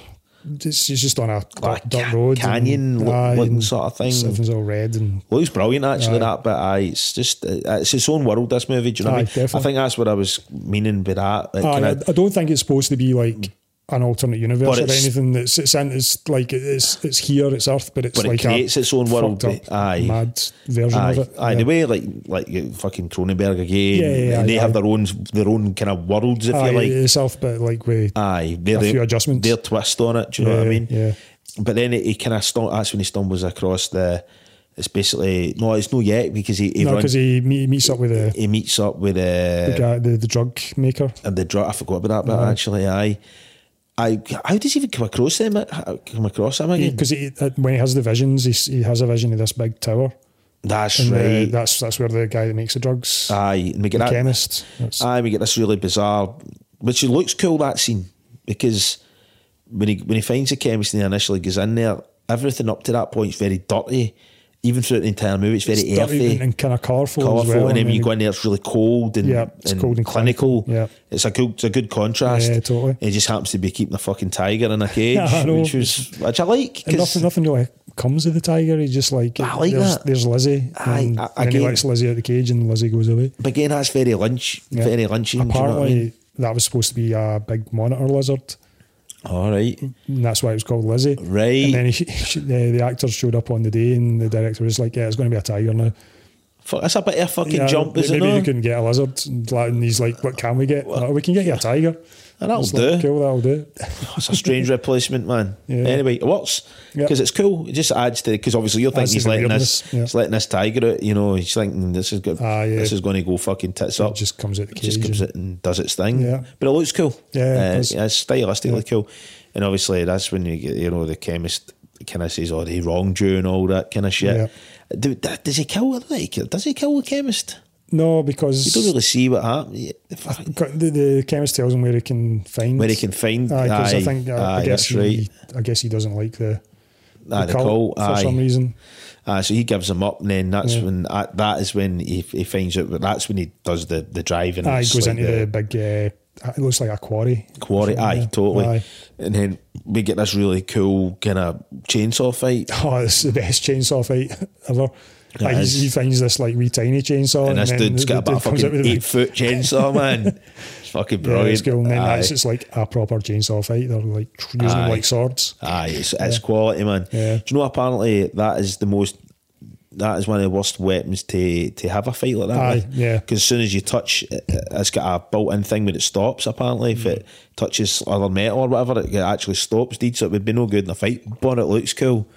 A: It's, he's just on a
B: Like a
A: dirt
B: ca-
A: road,
B: canyon look-
A: aye,
B: looking
A: and
B: sort of thing.
A: Everything's all red and
B: Looks brilliant actually
A: Aye.
B: that, but aye, it's just uh, it's its own world. This movie, do you know what I
A: Aye,
B: mean?
A: definitely.
B: I think that's what I was meaning by that. Like,
A: Aye,
B: kinda-
A: I, I don't think it's supposed to be like an alternate
B: But
A: universe or
B: it's-
A: anything. That's it's in, it's like it's it's here, it's Earth, but it's
B: But it
A: like
B: creates
A: a
B: its own world,
A: fucked
B: but-
A: up,
B: aye.
A: mad version
B: aye,
A: of it.
B: aye,
A: yeah.
B: the way like like you fucking Cronenberg again,
A: Yeah, yeah, yeah,
B: they
A: aye,
B: have
A: aye.
B: their own their own kind of worlds if
A: Aye,
B: you like.
A: it's Earth, but like with
B: Aye, they're
A: a
B: the-
A: few adjustments.
B: Their twist on it. Do you know what I
A: Yeah,
B: mean?
A: yeah.
B: But then he kind of stum- that's when he stumbles across the. It's basically no, it's no yet because he he,
A: no,
B: runs-
A: because he, meet- he meets up with the
B: he meets up with a
A: the, guy, the the drug maker.
B: and the drug. I forgot about that, but actually, I, I, how does he even come across them? How- Come across him again?
A: Because he, uh, when he has the visions, he, s- he has a vision of this big tower,
B: That's
A: and uh,
B: right.
A: that's that's where the guy that makes the drugs,
B: aye, and we
A: the
B: get that. Ah,
A: chemist. That's,
B: Aye, we get this really bizarre, which it looks cool that scene because when he when he finds the chemist and he initially goes in there, everything up to that point is very dirty. Even throughout the entire movie, it's very
A: it's dirty
B: earthy.
A: and, kind of colourful, as
B: colourful,
A: well.
B: and then when you
A: he-
B: go in there, it's really cold and,
A: Yeah, it's cold and
B: clinical.
A: clinical, yeah.
B: it's a cool, it's a good contrast.
A: Yeah, totally.
B: It just happens to be keeping the fucking tiger in a cage,
A: I know.
B: which was which I like.
A: And
B: 'cause-
A: nothing, nothing really comes of the tiger. He's just like,
B: I like
A: there's,
B: that.
A: there's Lizzie.
B: Aye,
A: and
B: I-
A: then he
B: again-
A: lets Lizzie out the cage and Lizzie goes away.
B: But again, that's very Lynch,
A: Yeah.
B: very Lynchy. do you know what I
A: Apparently,
B: mean?
A: that was supposed to be a big monitor lizard,
B: All right,
A: and that's why it was called Lizzie.
B: right.
A: And then he, the, the actors showed up on the day, and the director was like, "Yeah, it's going to be a tiger now."
B: Fuck, that's a bit of a fucking
A: Yeah,
B: jump, is it
A: maybe they
B: not?
A: couldn't get a lizard, and like- and he's like, "What can we get? "Oh, we can get you a tiger."
B: And that'll
A: It's like,
B: do.
A: Cool, that'll do.
B: It's a strange replacement, man.
A: Yeah.
B: Anyway, it works
A: Yeah.
B: because it's cool. It just adds to because obviously you're
A: Adds to
B: thinking he's
A: the
B: letting
A: weirdness,
B: this,
A: yeah.
B: he's letting this tiger out. You know, he's thinking this is good.
A: Ah, yeah.
B: This is going to go fucking tits
A: It
B: up.
A: just comes out the
B: It
A: cage.
B: just comes
A: and-
B: out and does its thing.
A: Yeah.
B: But it looks cool.
A: Yeah, it
B: Uh,
A: does.
B: it's, it's stylistically
A: Yeah.
B: cool. And obviously that's when you get you know the chemist kind of says, "Oh, they wronged you" and all that kind of shit.
A: Yeah.
B: Do, that, does he kill? I don't think he kill- Does he kill the chemist?
A: No, because
B: You don't really see what happens. Fucking-
A: the, the chemist tells him where he can find.
B: Where he can find-
A: Aye, 'cause I
B: aye,
A: think uh, I
B: aye,
A: guess
B: that's
A: he,
B: right.
A: I guess he doesn't like the,
B: Ah,
A: the
B: the
A: cult
B: cult,
A: for
B: aye.
A: some reason.
B: Uh, so he gives him up, and then that's
A: Yeah.
B: when uh, that is when he, he finds out. That's when he does the the driving.
A: Aye,
B: It's
A: goes
B: like
A: into the, big. Uh, it looks like a quarry.
B: quarry. Aye,
A: Yeah,
B: totally.
A: aye.
B: And then we get this really cool kind of chainsaw fight,
A: Oh, it's the best chainsaw fight ever. Like
B: is.
A: he's, he finds this like wee tiny chainsaw,
B: and this
A: Oh, then
B: dude's
A: the-
B: got
A: the dude
B: about
A: comes out
B: fucking
A: with a big-
B: eight foot chainsaw, man. It's fucking
A: Yeah,
B: brilliant.
A: it's cool. And then
B: aye,
A: that's it's like a proper chainsaw fight. They're like using them
B: Aye.
A: like swords.
B: aye, it's, it's quality, man.
A: Yeah.
B: Do you know? Apparently, that is the most. That is one of the worst weapons to to have a fight like that.
A: Aye,
B: with.
A: yeah.
B: Because as soon as you touch, it, it's got a built-in thing where it stops. Apparently,
A: Mm.
B: if it touches other metal or whatever, it actually stops. Deed, so it would be no good in a fight, but it looks cool.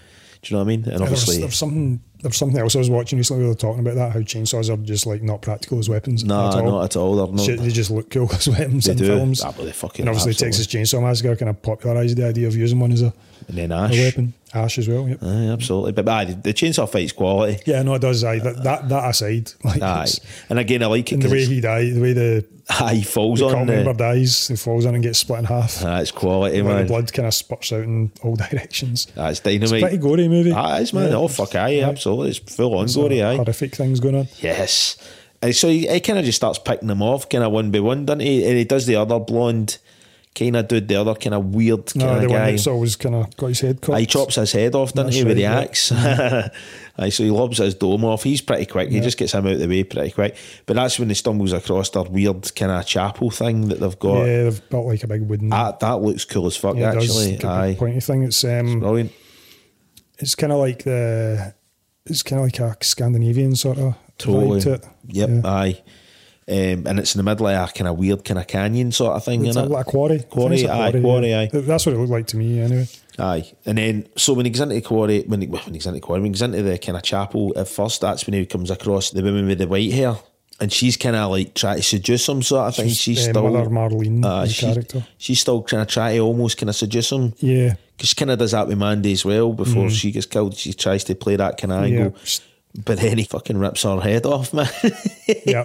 B: Do you know what I mean? And
A: There was-
B: obviously,
A: there's something there's something else I was watching recently. We were talking about that how chainsaws are just like not practical as weapons.
B: no,
A: at all.
B: not at all. They're not.
A: Shit, they just look cool as weapons
B: They
A: in
B: do.
A: films.
B: Ah, but they fucking
A: and obviously,
B: absolutely.
A: Texas Chainsaw Massacre kind of popularised the idea of using one as a,
B: and then
A: a
B: Ash. Uh,
A: weapon. Ash as well. Yep.
B: Aye, absolutely. But aye, the, the chainsaw fight's quality.
A: Yeah, no, it does. Aye, that that, that aside, like
B: uh, Aye,
A: it's-
B: and again, I like it
A: and the
B: 'cause
A: way
B: it's-
A: he died, the way the,
B: aye, he falls
A: the
B: on
A: cult member
B: the. Uh,
A: dies, he falls in and gets split in half.
B: That's quality,
A: Where
B: man.
A: the blood kind of spurts out in all directions.
B: That's dynamite.
A: It's a pretty gory movie.
B: Ah, it is, man.
A: Yeah. uh,
B: oh, fuck, aye, absolutely. It's full on
A: So,
B: gory, aye.
A: Horrific things going on.
B: Yes. And so he, he kind of just starts picking them off, kind of one by one, doesn't he? And he does the other blonde kind of dude, the other kind of weird kind
A: No,
B: of
A: the one
B: guy.
A: that's always kind of got his head cut.
B: Aye, he chops his head off, doesn't
A: That's
B: he, with the
A: right,
B: axe? Aye, so he lobs his dome off. He's pretty quick. He just gets him out of the way pretty quick. But that's when he stumbles across their weird kind of chapel thing that they've got.
A: Yeah, they've built like a big wooden.
B: That, that looks cool as fuck,
A: yeah, it does.
B: Ah, actually.
A: It's a big
B: Aye.
A: pointy thing. It's um,
B: Brilliant.
A: it's kind of like the, it's kind of like a Scandinavian sort of
B: Totally.
A: vibe to it.
B: Yep,
A: Yeah.
B: aye. Um, and it's in the middle of a kind of weird kind of canyon sort of thing,
A: It's
B: innit?
A: like a quarry. I think
B: Quarry,
A: it's a
B: aye,
A: yeah.
B: quarry, aye.
A: That's what it looked like to me, anyway.
B: Aye. And then, so when he goes into the quarry, when he, when he's into the quarry, when he goes into the kind of chapel at first, that's when he comes across the woman with the white hair. And she's kind of like trying to seduce him, sort of thing. She's,
A: uh,
B: still.
A: Mother Marlene,
B: Aye,
A: the
B: she-
A: character.
B: She's still trying to try to almost kind of seduce him.
A: Yeah, Mm.
B: Because she kind of does that with Mandy as well before she gets killed. She tries to play that kind of angle. But then he fucking rips her head off, man.
A: yeah.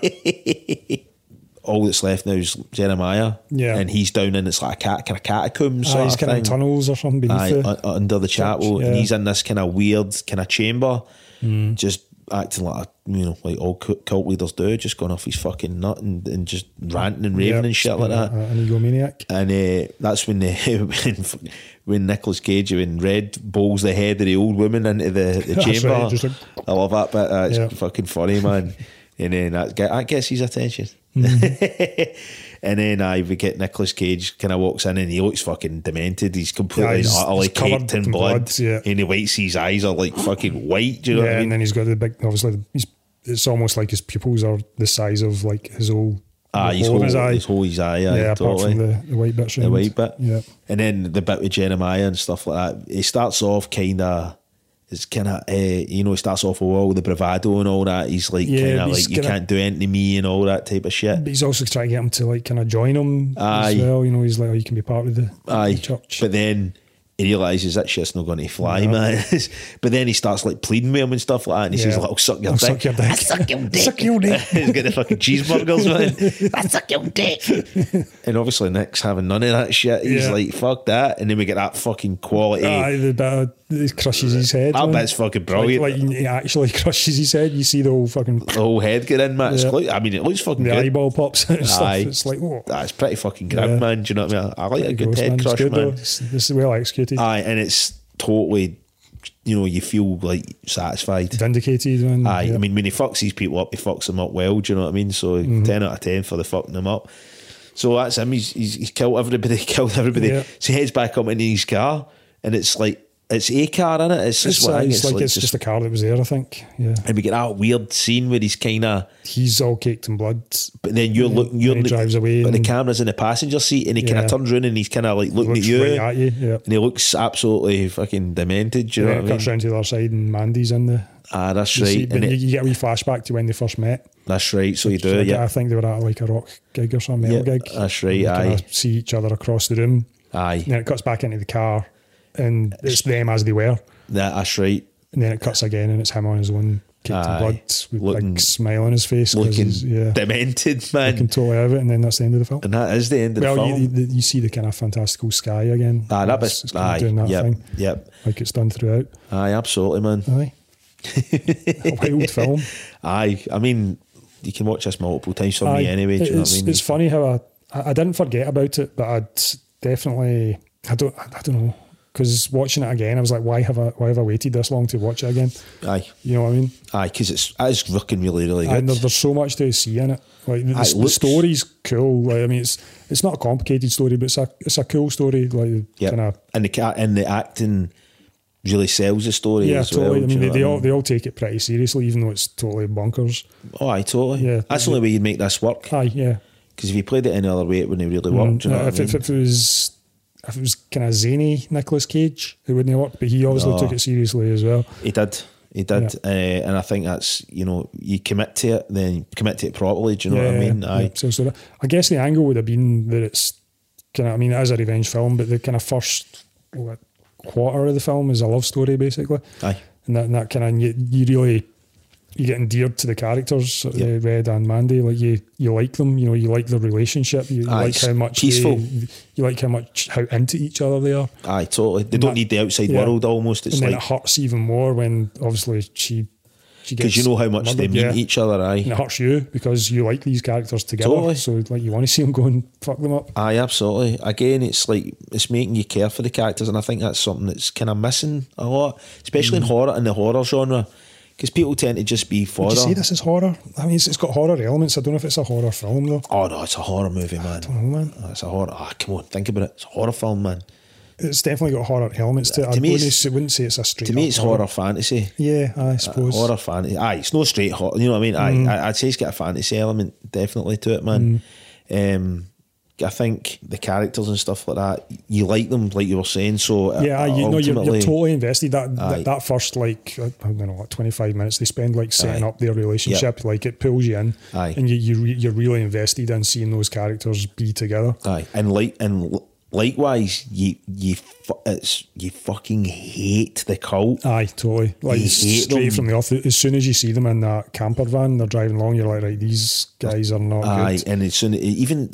B: all that's left now is Jeremiah.
A: Yeah.
B: And he's down in it's like a cat kind of catacomb
A: aye,
B: sort
A: he's
B: of
A: kind of
B: thing.
A: in tunnels or something beneath
B: Aye,
A: it.
B: un- uh, under the chapel, and
A: yeah. Mm.
B: he's in this kind of weird kind of chamber, just acting like a, you know, like all cu- cult leaders do, just going off his fucking nut and, and just ranting and raving
A: Yeah,
B: and shit like
A: uh,
B: that.
A: An egomaniac.
B: And uh, that's when the when, when Nicolas Cage when Red bowls the head of the old woman into the, the
A: That's
B: chamber.
A: right, just like-
B: I love that bit. uh, It's
A: Yeah.
B: fucking funny, man. and then that, get- that gets his attention.
A: Mm-hmm.
B: and then I we get Nicolas Cage kind of walks in and he looks fucking demented. He's completely
A: Yeah,
B: and
A: he's-
B: utterly
A: he's covered
B: caked in
A: in
B: blood.
A: blood, yeah.
B: And he waits his eyes are like fucking white. Do you know
A: yeah,
B: what I
A: and
B: mean?
A: then he's got the big. Obviously, the- he's, it's almost like his pupils are the size of like his old.
B: Ah,
A: the
B: he's
A: hole in
B: whole,
A: his eye.
B: his whole his eye. aye,
A: yeah, apart
B: totally.
A: from the, the white bits.
B: the
A: around.
B: white bit.
A: Yeah,
B: And then the bit with Jeremiah and stuff like that. It starts off kind of. It's kind of, uh, you know, it starts off with all the bravado and all that. He's like,
A: Yeah,
B: kind
A: but
B: of
A: he's
B: like, you
A: kinda-
B: can't do anything to me and all that type of
A: but
B: shit.
A: he's also trying to get him to like kind of join him
B: Aye.
A: as well. You know, he's like, oh, you can be part of the,
B: Aye.
A: the church.
B: But then he realises that shit's not going to fly, man. but then he starts like pleading with him and stuff like that. And he says,
A: Yeah.
B: like, I'll suck your
A: I'll
B: dick.
A: suck your dick.
B: I'll suck your dick.
A: Suck your dick.
B: He's got the fucking cheeseburgers, man. I suck your dick. and obviously, Nick's having none of that shit. He's
A: Yeah.
B: like, fuck that. And then we get that fucking quality.
A: Aye, the bit of- he crushes his head.
B: That
A: man.
B: bit's fucking brilliant.
A: Like, like he actually crushes his head. You see the whole fucking
B: the whole head get in, man. It's
A: Yeah.
B: quite- I mean, it looks fucking
A: the
B: good.
A: eyeball pops out and stuff.
B: Aye.
A: It's like, whoa.
B: That's pretty fucking good,
A: Yeah.
B: man. Do you know what I mean? I like a
A: Pretty
B: good
A: gross,
B: head
A: man. It's
B: crush,
A: good, though.
B: man.
A: It's- This is well executed.
B: Aye, and it's totally you know, you feel like satisfied.
A: Vindicated and
B: Aye,
A: yeah.
B: I mean, when he fucks these people up, he fucks them up well. Do you know what I mean? So
A: Mm-hmm.
B: ten out of ten for the fucking them up. So that's him. He's he's, he's killed everybody. Killed everybody.
A: Yeah.
B: So he heads back up into his car, and it's like it's a car in it. It's just
A: it's,
B: what I
A: uh,
B: think.
A: it's like, it's just,
B: just,
A: a car that was there, I think. Yeah,
B: and we get that weird scene where he's kind of.
A: he's all caked in blood.
B: But then you're looking. You're
A: he
B: look-
A: drives away
B: But
A: and-
B: the camera's in the passenger seat, and he kind
A: Yeah.
B: of turns around and he's kind of like looking at
A: Looks
B: you,
A: right at you. Yeah,
B: and he looks absolutely fucking demented. Do you
A: yeah
B: know
A: it
B: what I
A: cuts
B: mean?
A: round to the other side, and Mandy's in the.
B: Ah, that's
A: You, see,
B: right.
A: but
B: And
A: you,
B: it,
A: you get a wee flashback to when they first met.
B: that's right. So you
A: So I,
B: do.
A: get-
B: Yeah.
A: I think they were at like a rock gig or some metal
B: Yeah,
A: gig.
B: that's right,
A: They kinda
B: aye.
A: see each other across the room.
B: Aye.
A: And then it cuts back into the car, and it's them as they were.
B: That, that's right.
A: And then it cuts again, and it's him on his own, caked in
B: Aye.
A: blood, with a
B: Looking-
A: big smile on his face. 'cause
B: Looking
A: he's- yeah,
B: demented, man.
A: can totally have it, and then that's the end of the film.
B: and that is the end of the
A: Well,
B: film.
A: you, you, you see the kind of fantastical sky again.
B: aye, that
A: It's-
B: bit.
A: it's kinda
B: Aye.
A: doing that
B: yep.
A: thing
B: Yep.
A: like it's done throughout.
B: Aye, absolutely, man.
A: Aye, a wild film.
B: Aye. I mean, you can watch this multiple times for
A: Aye,
B: me anyway. Do you know
A: it's,
B: what I mean?
A: it's funny how I, I I didn't forget about it, but I'd definitely I don't I don't know because watching it again, I was like, why have I why have I waited this long to watch it again?
B: Aye.
A: You know what I mean?
B: Aye, because it's it's looking really, really
A: And there,
B: good.
A: there's so much to see in it. Like the,
B: Aye, it
A: the
B: looks-
A: story's cool. Like, I mean, it's it's not a complicated story, but it's a it's a cool story. Like
B: Yep.
A: kind of
B: And the ca- and the acting really sells the story
A: yeah,
B: as
A: totally.
B: well.
A: I
B: do
A: mean,
B: you
A: they,
B: know
A: they
B: what
A: all they all take it pretty seriously, even though it's totally bonkers.
B: Oh, aye, totally.
A: Yeah,
B: That's
A: they-
B: the only way you'd make this work.
A: Aye, yeah.
B: Because if you played it any other way, it wouldn't really work. do you know
A: Uh,
B: what
A: if,
B: I
A: if,
B: mean?
A: if it was if it was kind of zany Nicolas Cage, it wouldn't have worked. But he obviously
B: No.
A: took it seriously as well.
B: He did. He did. Uh, and I think that's, you know, you commit to it, then commit to it properly. Do you know what I mean?
A: yeah.
B: Aye.
A: So, so that- I guess the angle would have been that it's kind of. I mean, it is a revenge film, but the kind of first what, quarter of the film is a love story basically,
B: Aye.
A: and that and that kind of you, you really. You get endeared to the characters,
B: Yeah.
A: uh, Red and Mandy. Like you, you like them. You know, you like their relationship. You, you
B: Aye,
A: like
B: Ah, it's
A: how much
B: peaceful.
A: They, you like how much how into each other they are.
B: Aye, totally. They don't
A: that-
B: need the outside
A: yeah.
B: world almost. It's
A: and then
B: like,
A: it hurts even more when obviously she she
B: because you know how much they
A: murdered, yeah.
B: mean each other. Aye.
A: and it hurts you because you like these characters together
B: Totally.
A: so like you want to see them go and fuck them up
B: Aye, absolutely. Again, it's like it's making you care for the characters, and I think that's something that's kind of missing a lot, especially in horror in the horror genre, because people tend to just be
A: Mm. Would
B: fodder.
A: you say this is horror I mean it's, it's got horror elements I don't know if it's a horror film though
B: Oh no, it's a horror movie, Oh, man.
A: know, man.
B: It's a horror. Ah, come on, think about it. It's a horror film, man.
A: it's definitely got horror elements to it I
B: To me,
A: wouldn't,
B: it's-
A: say- wouldn't say it's a straight
B: To me,
A: up
B: it's horror fantasy.
A: yeah I suppose
B: Horror fantasy. Aye, it's no straight horror. You know what I mean? Aye,
A: Mm.
B: I, I'd say it's got a fantasy element definitely to it, man.
A: Mm.
B: Um, I think the characters and stuff like that, you like them, like you were saying. So
A: yeah,
B: uh,
A: aye, you know, you're, you're
B: ultimately-
A: totally invested. That,
B: Aye.
A: that that first like uh, I don't know, like 25 minutes they spend like setting
B: Aye.
A: up their relationship, like it pulls you in,
B: Aye.
A: and you, you re, you're really invested in seeing those characters be together.
B: Aye, and like and l- likewise, you you fu- it's you fucking hate the cult.
A: Aye, totally. Like
B: You hate
A: straight
B: them.
A: from the off. As soon as you see them in that camper van, they're driving along. You're like, right, these guys are not
B: Aye,
A: good.
B: and it's in- even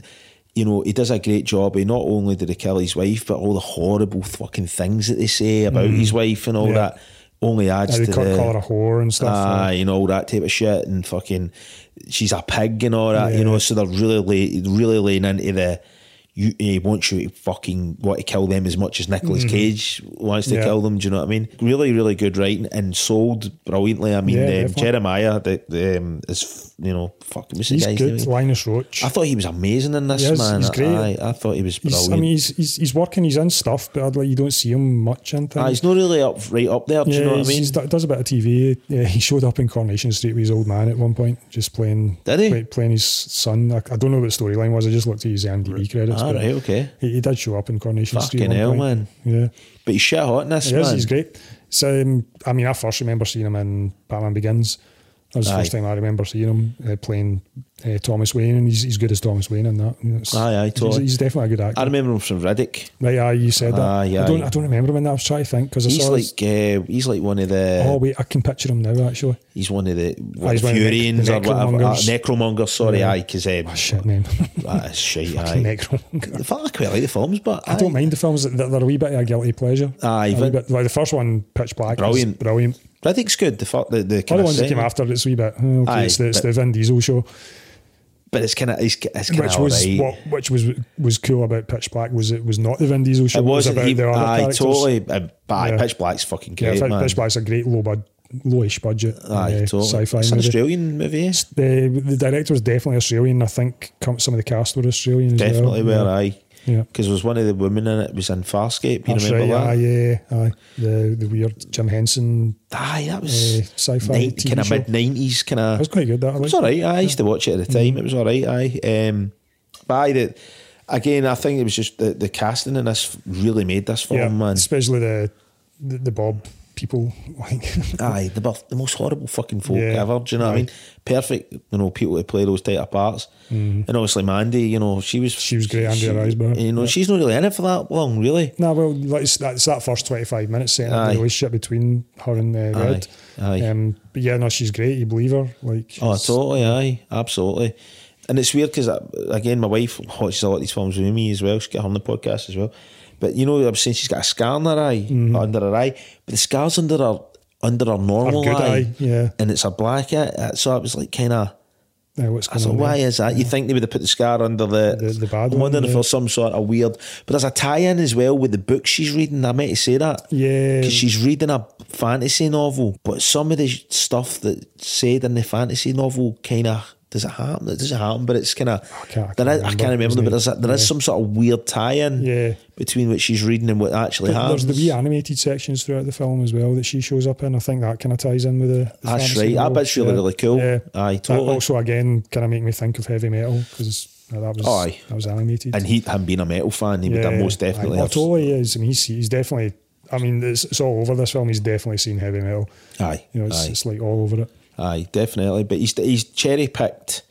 B: you know he does a great job. He not only did he kill his wife, but all the horrible fucking things that they say about his wife and all
A: Mm. Yeah.
B: that only adds
A: Aye,
B: to
A: they call,
B: the.
A: call her a whore and stuff.
B: Aye, Ah, you know all that type of shit, and fucking, she's a pig and all that, you know.
A: Yeah.
B: So they're really, lay, really laying into the. You, he wants you to fucking want to kill them as much as Nicolas Cage wants to
A: Mm-hmm. Yeah.
B: kill them. Do you know what I mean? Really, really good writing and sold brilliantly. I mean,
A: Yeah,
B: um,
A: definitely.
B: Jeremiah, the, the um, is you know fucking what's the
A: he's
B: guy's
A: good.
B: name?
A: Linus Roach.
B: I thought he was amazing in this
A: He is,
B: man.
A: he's great.
B: Aye, I thought he was
A: He's,
B: brilliant.
A: I mean, he's, he's he's working. He's in stuff, but I'd like you don't see him much in
B: Aye,
A: things.
B: he's not really up right up there. Do
A: yeah,
B: you know what I
A: he's-
B: mean?
A: he's do- does a bit of TV. Yeah, he showed up in Coronation Street with his old man at one point, just playing.
B: Did he?
A: play- playing his son. I, I don't know what the storyline was. I just looked at his IMDb credits.
B: All
A: but
B: right, okay.
A: He, he did show up in Coronation Street. at
B: Fucking
A: one
B: hell,
A: point.
B: man.
A: Yeah.
B: But he's shit hot in this
A: He
B: man.
A: is. He's great. So, um, I mean, I first remember seeing him in Batman Begins. That was the
B: Aye.
A: first time I remember seeing him uh, playing uh, Thomas Wayne, and he's, he's good as Thomas Wayne in that. You know, it's-
B: Aye, aye,
A: he's-
B: totally.
A: He's, definitely a good actor.
B: I remember him from Riddick.
A: right, aye, you said that.
B: Aye,
A: I don't,
B: aye.
A: I don't remember when that. I was trying to think because I
B: He's
A: saw.
B: like
A: his-
B: uh, he's like one of the
A: oh wait, I can picture him now actually.
B: he's one of the
A: Ah,
B: what,
A: he's one of the
B: Furians
A: nec-
B: or whatever uh,
A: necromongers.
B: necromonger. Sorry,
A: Yeah.
B: aye, because um,
A: Oh, shit name.
B: that is shite.
A: Fucking
B: aye,
A: Necromonger.
B: I felt like I quite like the films, but
A: I don't mind the films. They're, they're a wee bit of a guilty pleasure.
B: Aye,
A: A wee
B: but-
A: bit- like the first one, Pitch Black. is
B: Brilliant.
A: brilliant.
B: Riddick's good. The fuck the the
A: All the
B: kind of
A: ones that
B: setting.
A: came after, it's a wee bit. oh, Okay,
B: Aye,
A: it's, the, it's
B: but-
A: the Vin Diesel show.
B: But it's kind of it's, it's kind
A: Which
B: of
A: was
B: alright.
A: what, which was was cool about Pitch Black was it was not the Vin Diesel show.
B: It wasn't
A: about
B: even.
A: the other
B: Aye,
A: characters.
B: totally. Uh, but aye,
A: Yeah.
B: Pitch Black's fucking
A: Yeah,
B: great,
A: Pitch-
B: man.
A: Pitch Black's a great low bud, lowish budget
B: aye,
A: uh,
B: totally.
A: sci-fi
B: it's an
A: movie.
B: Australian movie. eh?
A: The the director was definitely Australian. I think come, some of the cast were Australian. as well.
B: Definitely
A: Yeah.
B: were aye.
A: Yeah.
B: Because there was one of the women in it was in Farscape. You
A: That's
B: remember
A: right,
B: that?
A: Aye, yeah, aye. The the weird Jim Henson.
B: Aye, that
A: Eh,
B: was
A: sci-fi TV
B: kind of
A: show.
B: mid nineties kind
A: That
B: of.
A: was quite good. That I
B: It was
A: liked.
B: all right. I used to watch it at the
A: Mm-hmm.
B: time. It was all right. Aye. Um, but aye, that again, I think it was just the, the casting in this really made this film, Oh, man.
A: especially the, the the Bob people. Like,
B: Aye, the, buff- the most horrible fucking folk
A: Yeah,
B: ever. Do you know what I
A: aye. Mm-hmm.
B: mean? Perfect, you know, people to play those type of parts. And obviously, Mandy, you know, she was
A: She was great, Andrea
B: she-
A: Riseborough.
B: You know, she's not really in it for that long, really.
A: nah, well, like, it's, that's that first twenty five minutes setting up
B: Aye.
A: the relationship between her and uh, Red.
B: Aye, aye.
A: Um, but yeah, no, she's great. You believe her? Like,
B: Oh,
A: she's-
B: totally, aye, absolutely. And it's weird because again, my wife watches a lot of these films with me as well. She's got her on the podcast as well. But you know, I'm saying she's got a scar in her eye,
A: Mm-hmm.
B: under her eye, but the scar's under her under her normal
A: good
B: eye,
A: eye, yeah.
B: and it's a black eye. Uh, So I was like, kind of.
A: uh, what's
B: I
A: going
B: said,
A: on? there?
B: why is that? You think they would have put the scar under the,
A: The- the bad
B: I'm
A: one,
B: wondering if
A: yeah.
B: there's some sort of weird. But there's a tie-in as well with the book she's reading. I meant to say that.
A: Yeah.
B: because she's reading a fantasy novel, but some of the sh- stuff that said in the fantasy novel kind of doesn't happen. It doesn't happen, but it's kind of.
A: can't- I
B: there is,
A: can't remember,
B: I can't remember,
A: isn't
B: but
A: it?
B: there's a, there is
A: Yeah.
B: some sort of weird tie-in
A: Yeah.
B: between what she's reading and what actually
A: There-
B: happens.
A: There's the wee animated sections throughout the film as well that she shows up in. I think that kind of ties in with the. the
B: That's
A: fantasy
B: right. That
A: novel.
B: bit's really, really cool. Aye,
A: That
B: totally.
A: also, again, kind of make me think of heavy metal because that was
B: Aye.
A: that was animated.
B: and he, him being a metal fan, he would have most definitely.
A: Aye. Oh,
B: have-
A: totally is. I mean, he's, he's definitely. I mean, it's, it's all over this film. He's definitely seen heavy metal.
B: Aye,
A: You know, it's,
B: aye.
A: it's like all over it.
B: Aye, definitely. But he's he's cherry picked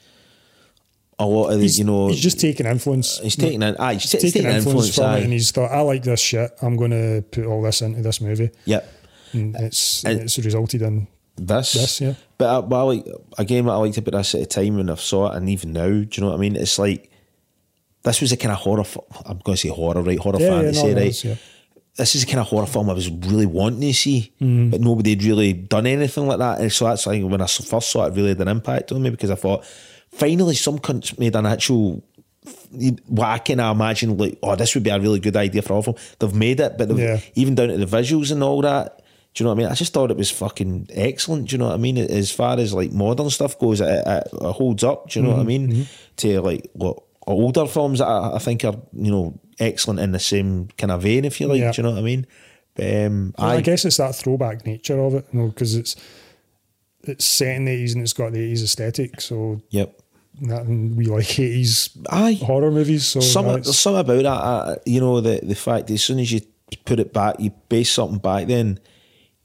B: a lot of the,
A: He's,
B: you know.
A: he's just taking influence.
B: he's taking in. Aye, he's,
A: He's
B: ta- he's taking influence.
A: from it, and
B: aye.
A: he's thought, "I like this shit. I'm going to put all this into this movie."
B: Yep.
A: And it's
B: Uh, And-
A: it's resulted in
B: This.
A: This, yeah.
B: But I, but I like again what I liked about this at the time when I saw it, and even now, do you know what I mean? It's like this was a kind of horror. fi- I'm going to say horror, right? Horror
A: Yeah, yeah,
B: fantasy,
A: no, no,
B: right?
A: it's- yeah.
B: This is the kind of horror film I was really wanting to see,
A: Mm.
B: but nobody had really done anything like that. And so that's like when I s- first saw it, it really had an impact on me because I thought, finally, some cunts made an actual. What I can imagine, like, oh, this would be a really good idea for a horror film. They've made it, but they've,
A: Yeah.
B: even down to the visuals and all that. Do you know what I mean? I just thought it was fucking excellent. Do you know what I mean? As far as like modern stuff goes, it, it, it holds up. Do you know
A: Mm-hmm.
B: what I mean? To like what older films that I, I think are you know excellent in the same kind of vein, if you like.
A: Yeah.
B: Do you know what I mean? Um,
A: Well, I,
B: I,
A: guess it's that throwback nature of it, you know, because it's it's set in the eighties and it's got the eighties aesthetic. So
B: yep.
A: that, and we like eighties
B: Aye.
A: horror movies. So
B: some
A: no,
B: there's
A: it's-
B: some about that. Uh, you know the the fact that as soon as you put it back, you base something back. Then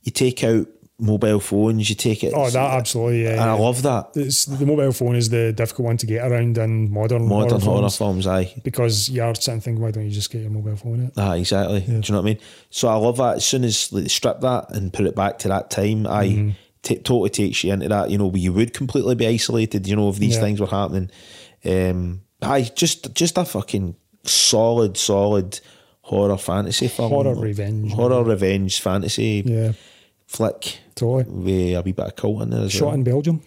B: you take out mobile phones. You take it.
A: oh, that absolutely. Yeah,
B: And I
A: yeah.
B: love that
A: It's the mobile phone is the difficult one to get around in modern
B: modern horror
A: films
B: films. Aye.
A: because you are sitting thinking, why don't you just get your mobile phone? In it?
B: Ah, exactly. Do you know what I mean? So I love that. As soon as like, they strip that and put it back to that time, I
A: Mm-hmm.
B: totally takes you into that. You know, where you would completely be isolated. You know, if these
A: Yeah.
B: things were happening, um, aye, just just a fucking solid, solid horror fantasy film,
A: Horror revenge.
B: horror revenge fantasy
A: Yeah,
B: flick
A: totally.
B: with a wee bit of cult in there as
A: Shot
B: well.
A: in Belgium.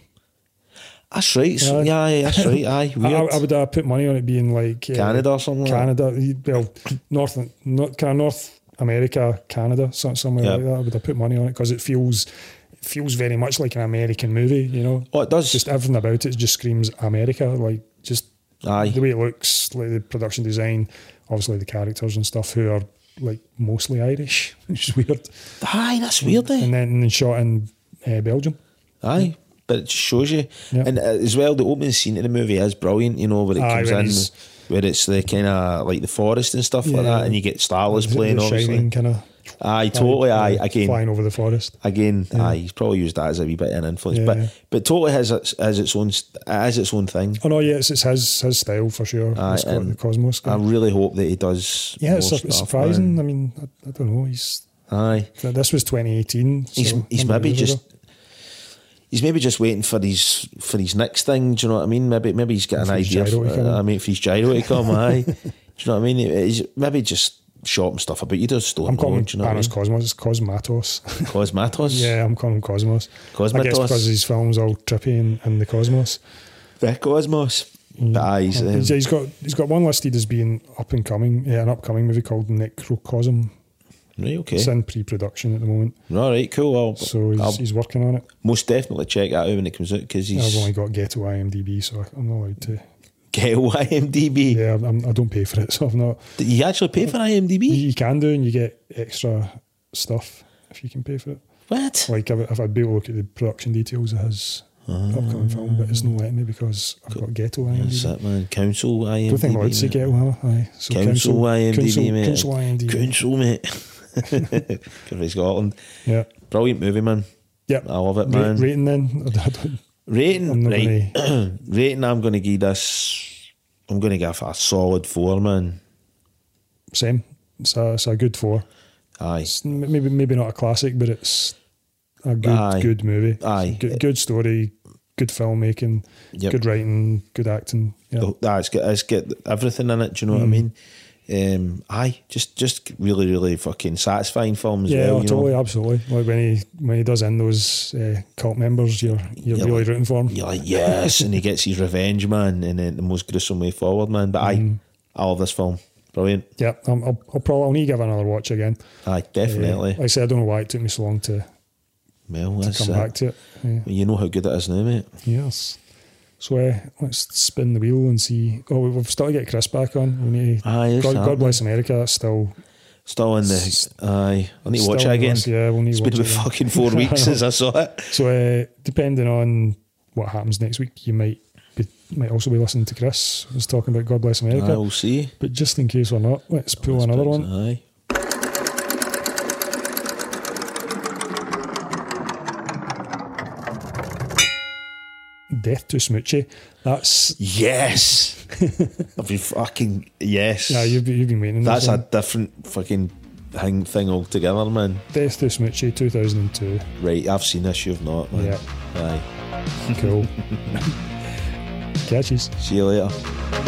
B: That's right. So,
A: Aye.
B: yeah, aye, that's right. Aye,
A: I,
B: weird.
A: I would uh, put money on it being like uh,
B: Canada or something like that.
A: Canada, well, North, North, kind of North America, Canada, so- somewhere
B: Yeah.
A: like that. I would have put money on it because it feels it feels very much like an American movie. You know,
B: Oh, it does.
A: just everything about it just screams America. Like just
B: Aye.
A: the way it looks, like the production design, obviously the characters and stuff who are like mostly Irish, which is weird.
B: aye, that's weird. Eh?
A: And then and then shot in uh, Belgium.
B: Aye, but it just shows you.
A: Yeah.
B: And uh, as well, the opening scene in the movie is brilliant, you know, where it
A: Aye,
B: comes
A: when
B: in,
A: he's-
B: where it's the kind of like the forest and stuff like
A: Yeah.
B: that, and you get Starless playing, obviously.
A: kind of.
B: Aye, totally. Aye, again,
A: flying over the forest.
B: again, aye, he's probably used that as a wee bit of an influence,
A: Yeah.
B: but but totally has its, has its own as its own thing.
A: Oh no, yeah, it's, it's his his style for sure.
B: Aye,
A: It's got
B: and
A: the Cosmos.
B: I
A: guy.
B: really hope that he does.
A: yeah, it's,
B: more
A: sur- it's
B: stuff,
A: surprising.
B: man.
A: I mean, I, I don't know. He's
B: Aye,
A: th- this was 2018.
B: he's
A: so
B: he's
A: number of
B: maybe
A: years
B: just.
A: ago.
B: He's maybe just waiting for his for his next thing. Do you know what I mean? Maybe maybe he's got an
A: For his
B: idea.
A: gyro to come in.
B: For, I mean, for his gyro to come, aye. Do you know what I mean? He's maybe just shouting stuff about you just don't
A: I'm
B: know.
A: calling
B: Do you know what I mean?
A: Thanos Cosmos. It's Cosmatos.
B: Cosmatos.
A: yeah, I'm calling him Cosmos. I guess
B: Cosmatos.
A: because his film's all trippy and, and the Cosmos.
B: The Cosmos.
A: Mm.
B: But aye, he's, um,
A: he's, he's got he's got one listed as being up and coming, yeah, an upcoming movie called Necrocosm.
B: um, Right, okay.
A: It's in pre-production at the moment,
B: All right, cool. I'll,
A: so he's,
B: I'll
A: he's working on it.
B: most definitely check that out when it comes out because
A: I've
B: he's
A: only got Ghetto IMDb, so I'm not allowed to.
B: get IMDb.
A: Yeah, I'm, I'm- I don't pay for it, so I've not.
B: You actually pay for IMDb?
A: You can do, and you get extra stuff if you can pay for it.
B: What?
A: Like if, if I'd be able to look at the production details of his
B: Ah,
A: upcoming film, but it's not letting me because I've got Ghetto
B: That's
A: IMDb.
B: it, man. Council uh, IMDb.
A: I don't think I'm allowed to say
B: mate.
A: Ghetto, am I? Aye. So
B: Council IMDb,
A: Council,
B: mate.
A: Council IMDb.
B: Council, mate. Good for Scotland.
A: Yeah.
B: Brilliant movie, man.
A: Yeah.
B: I love it,
A: Ra-
B: man.
A: rating then? I don't- I'm
B: Rating,
A: not
B: right. Rating, I'm going to give this. I'm going to give a solid four, man.
A: Same. It's a, it's a good four.
B: Aye.
A: It's m- maybe maybe not a classic, but it's a good
B: Aye.
A: good movie.
B: Aye.
A: It's a Good, good story, good filmmaking,
B: Yep.
A: good writing, good acting. Yeah. Mm.
B: Oh, ah, it's got, it's got everything in it. Do you know what I mean? Um, aye, just just really, really fucking satisfying film as
A: Yeah,
B: well.
A: oh,
B: you
A: totally,
B: know?
A: absolutely. Like when he when he does in those uh, cult members, you're you're
B: Yeah,
A: really
B: like-
A: rooting for him.
B: You're like, yes, and he gets his revenge, man, in uh, the most gruesome way forward, man. But
A: Mm.
B: aye, I love this film. Brilliant.
A: Yeah, I'm, Um, I'll, I'll probably I'll need to give it another watch again.
B: Aye,
A: Uh,
B: definitely.
A: like I said, I don't know why it took me so long to,
B: well,
A: to
B: that's
A: come
B: it.
A: back to it. Yeah.
B: Well, you know how good it is now, mate.
A: Yes. So uh, let's spin the wheel and see. Oh, we- we've started to get Chris back on. We need.
B: Aye, it's
A: God, God
B: happening.
A: bless America. That's still.
B: Still in the.
A: S-
B: Aye, I need to watch
A: still
B: it
A: in
B: again.
A: us, yeah, we'll need
B: it's
A: to watch
B: been about
A: it again.
B: fucking four weeks since I saw it.
A: So uh, depending on what happens next week, you might be, might also be listening to Chris who's talking about God bless
B: Aye,
A: America.
B: we'll see.
A: But just in case we're not, let's pull
B: Let's
A: another
B: pick-
A: one.
B: Aye.
A: Death to Smoochie. That's
B: Yes. I've been fucking yes.
A: yeah. You've been, you've been waiting. on
B: That's
A: this
B: a
A: one.
B: different fucking thing, thing altogether, man.
A: Death to Smoochie, two thousand and two.
B: Right, I've seen this, you've not, man.
A: Yeah.
B: Aye.
A: Cool. Catches.
B: See you later.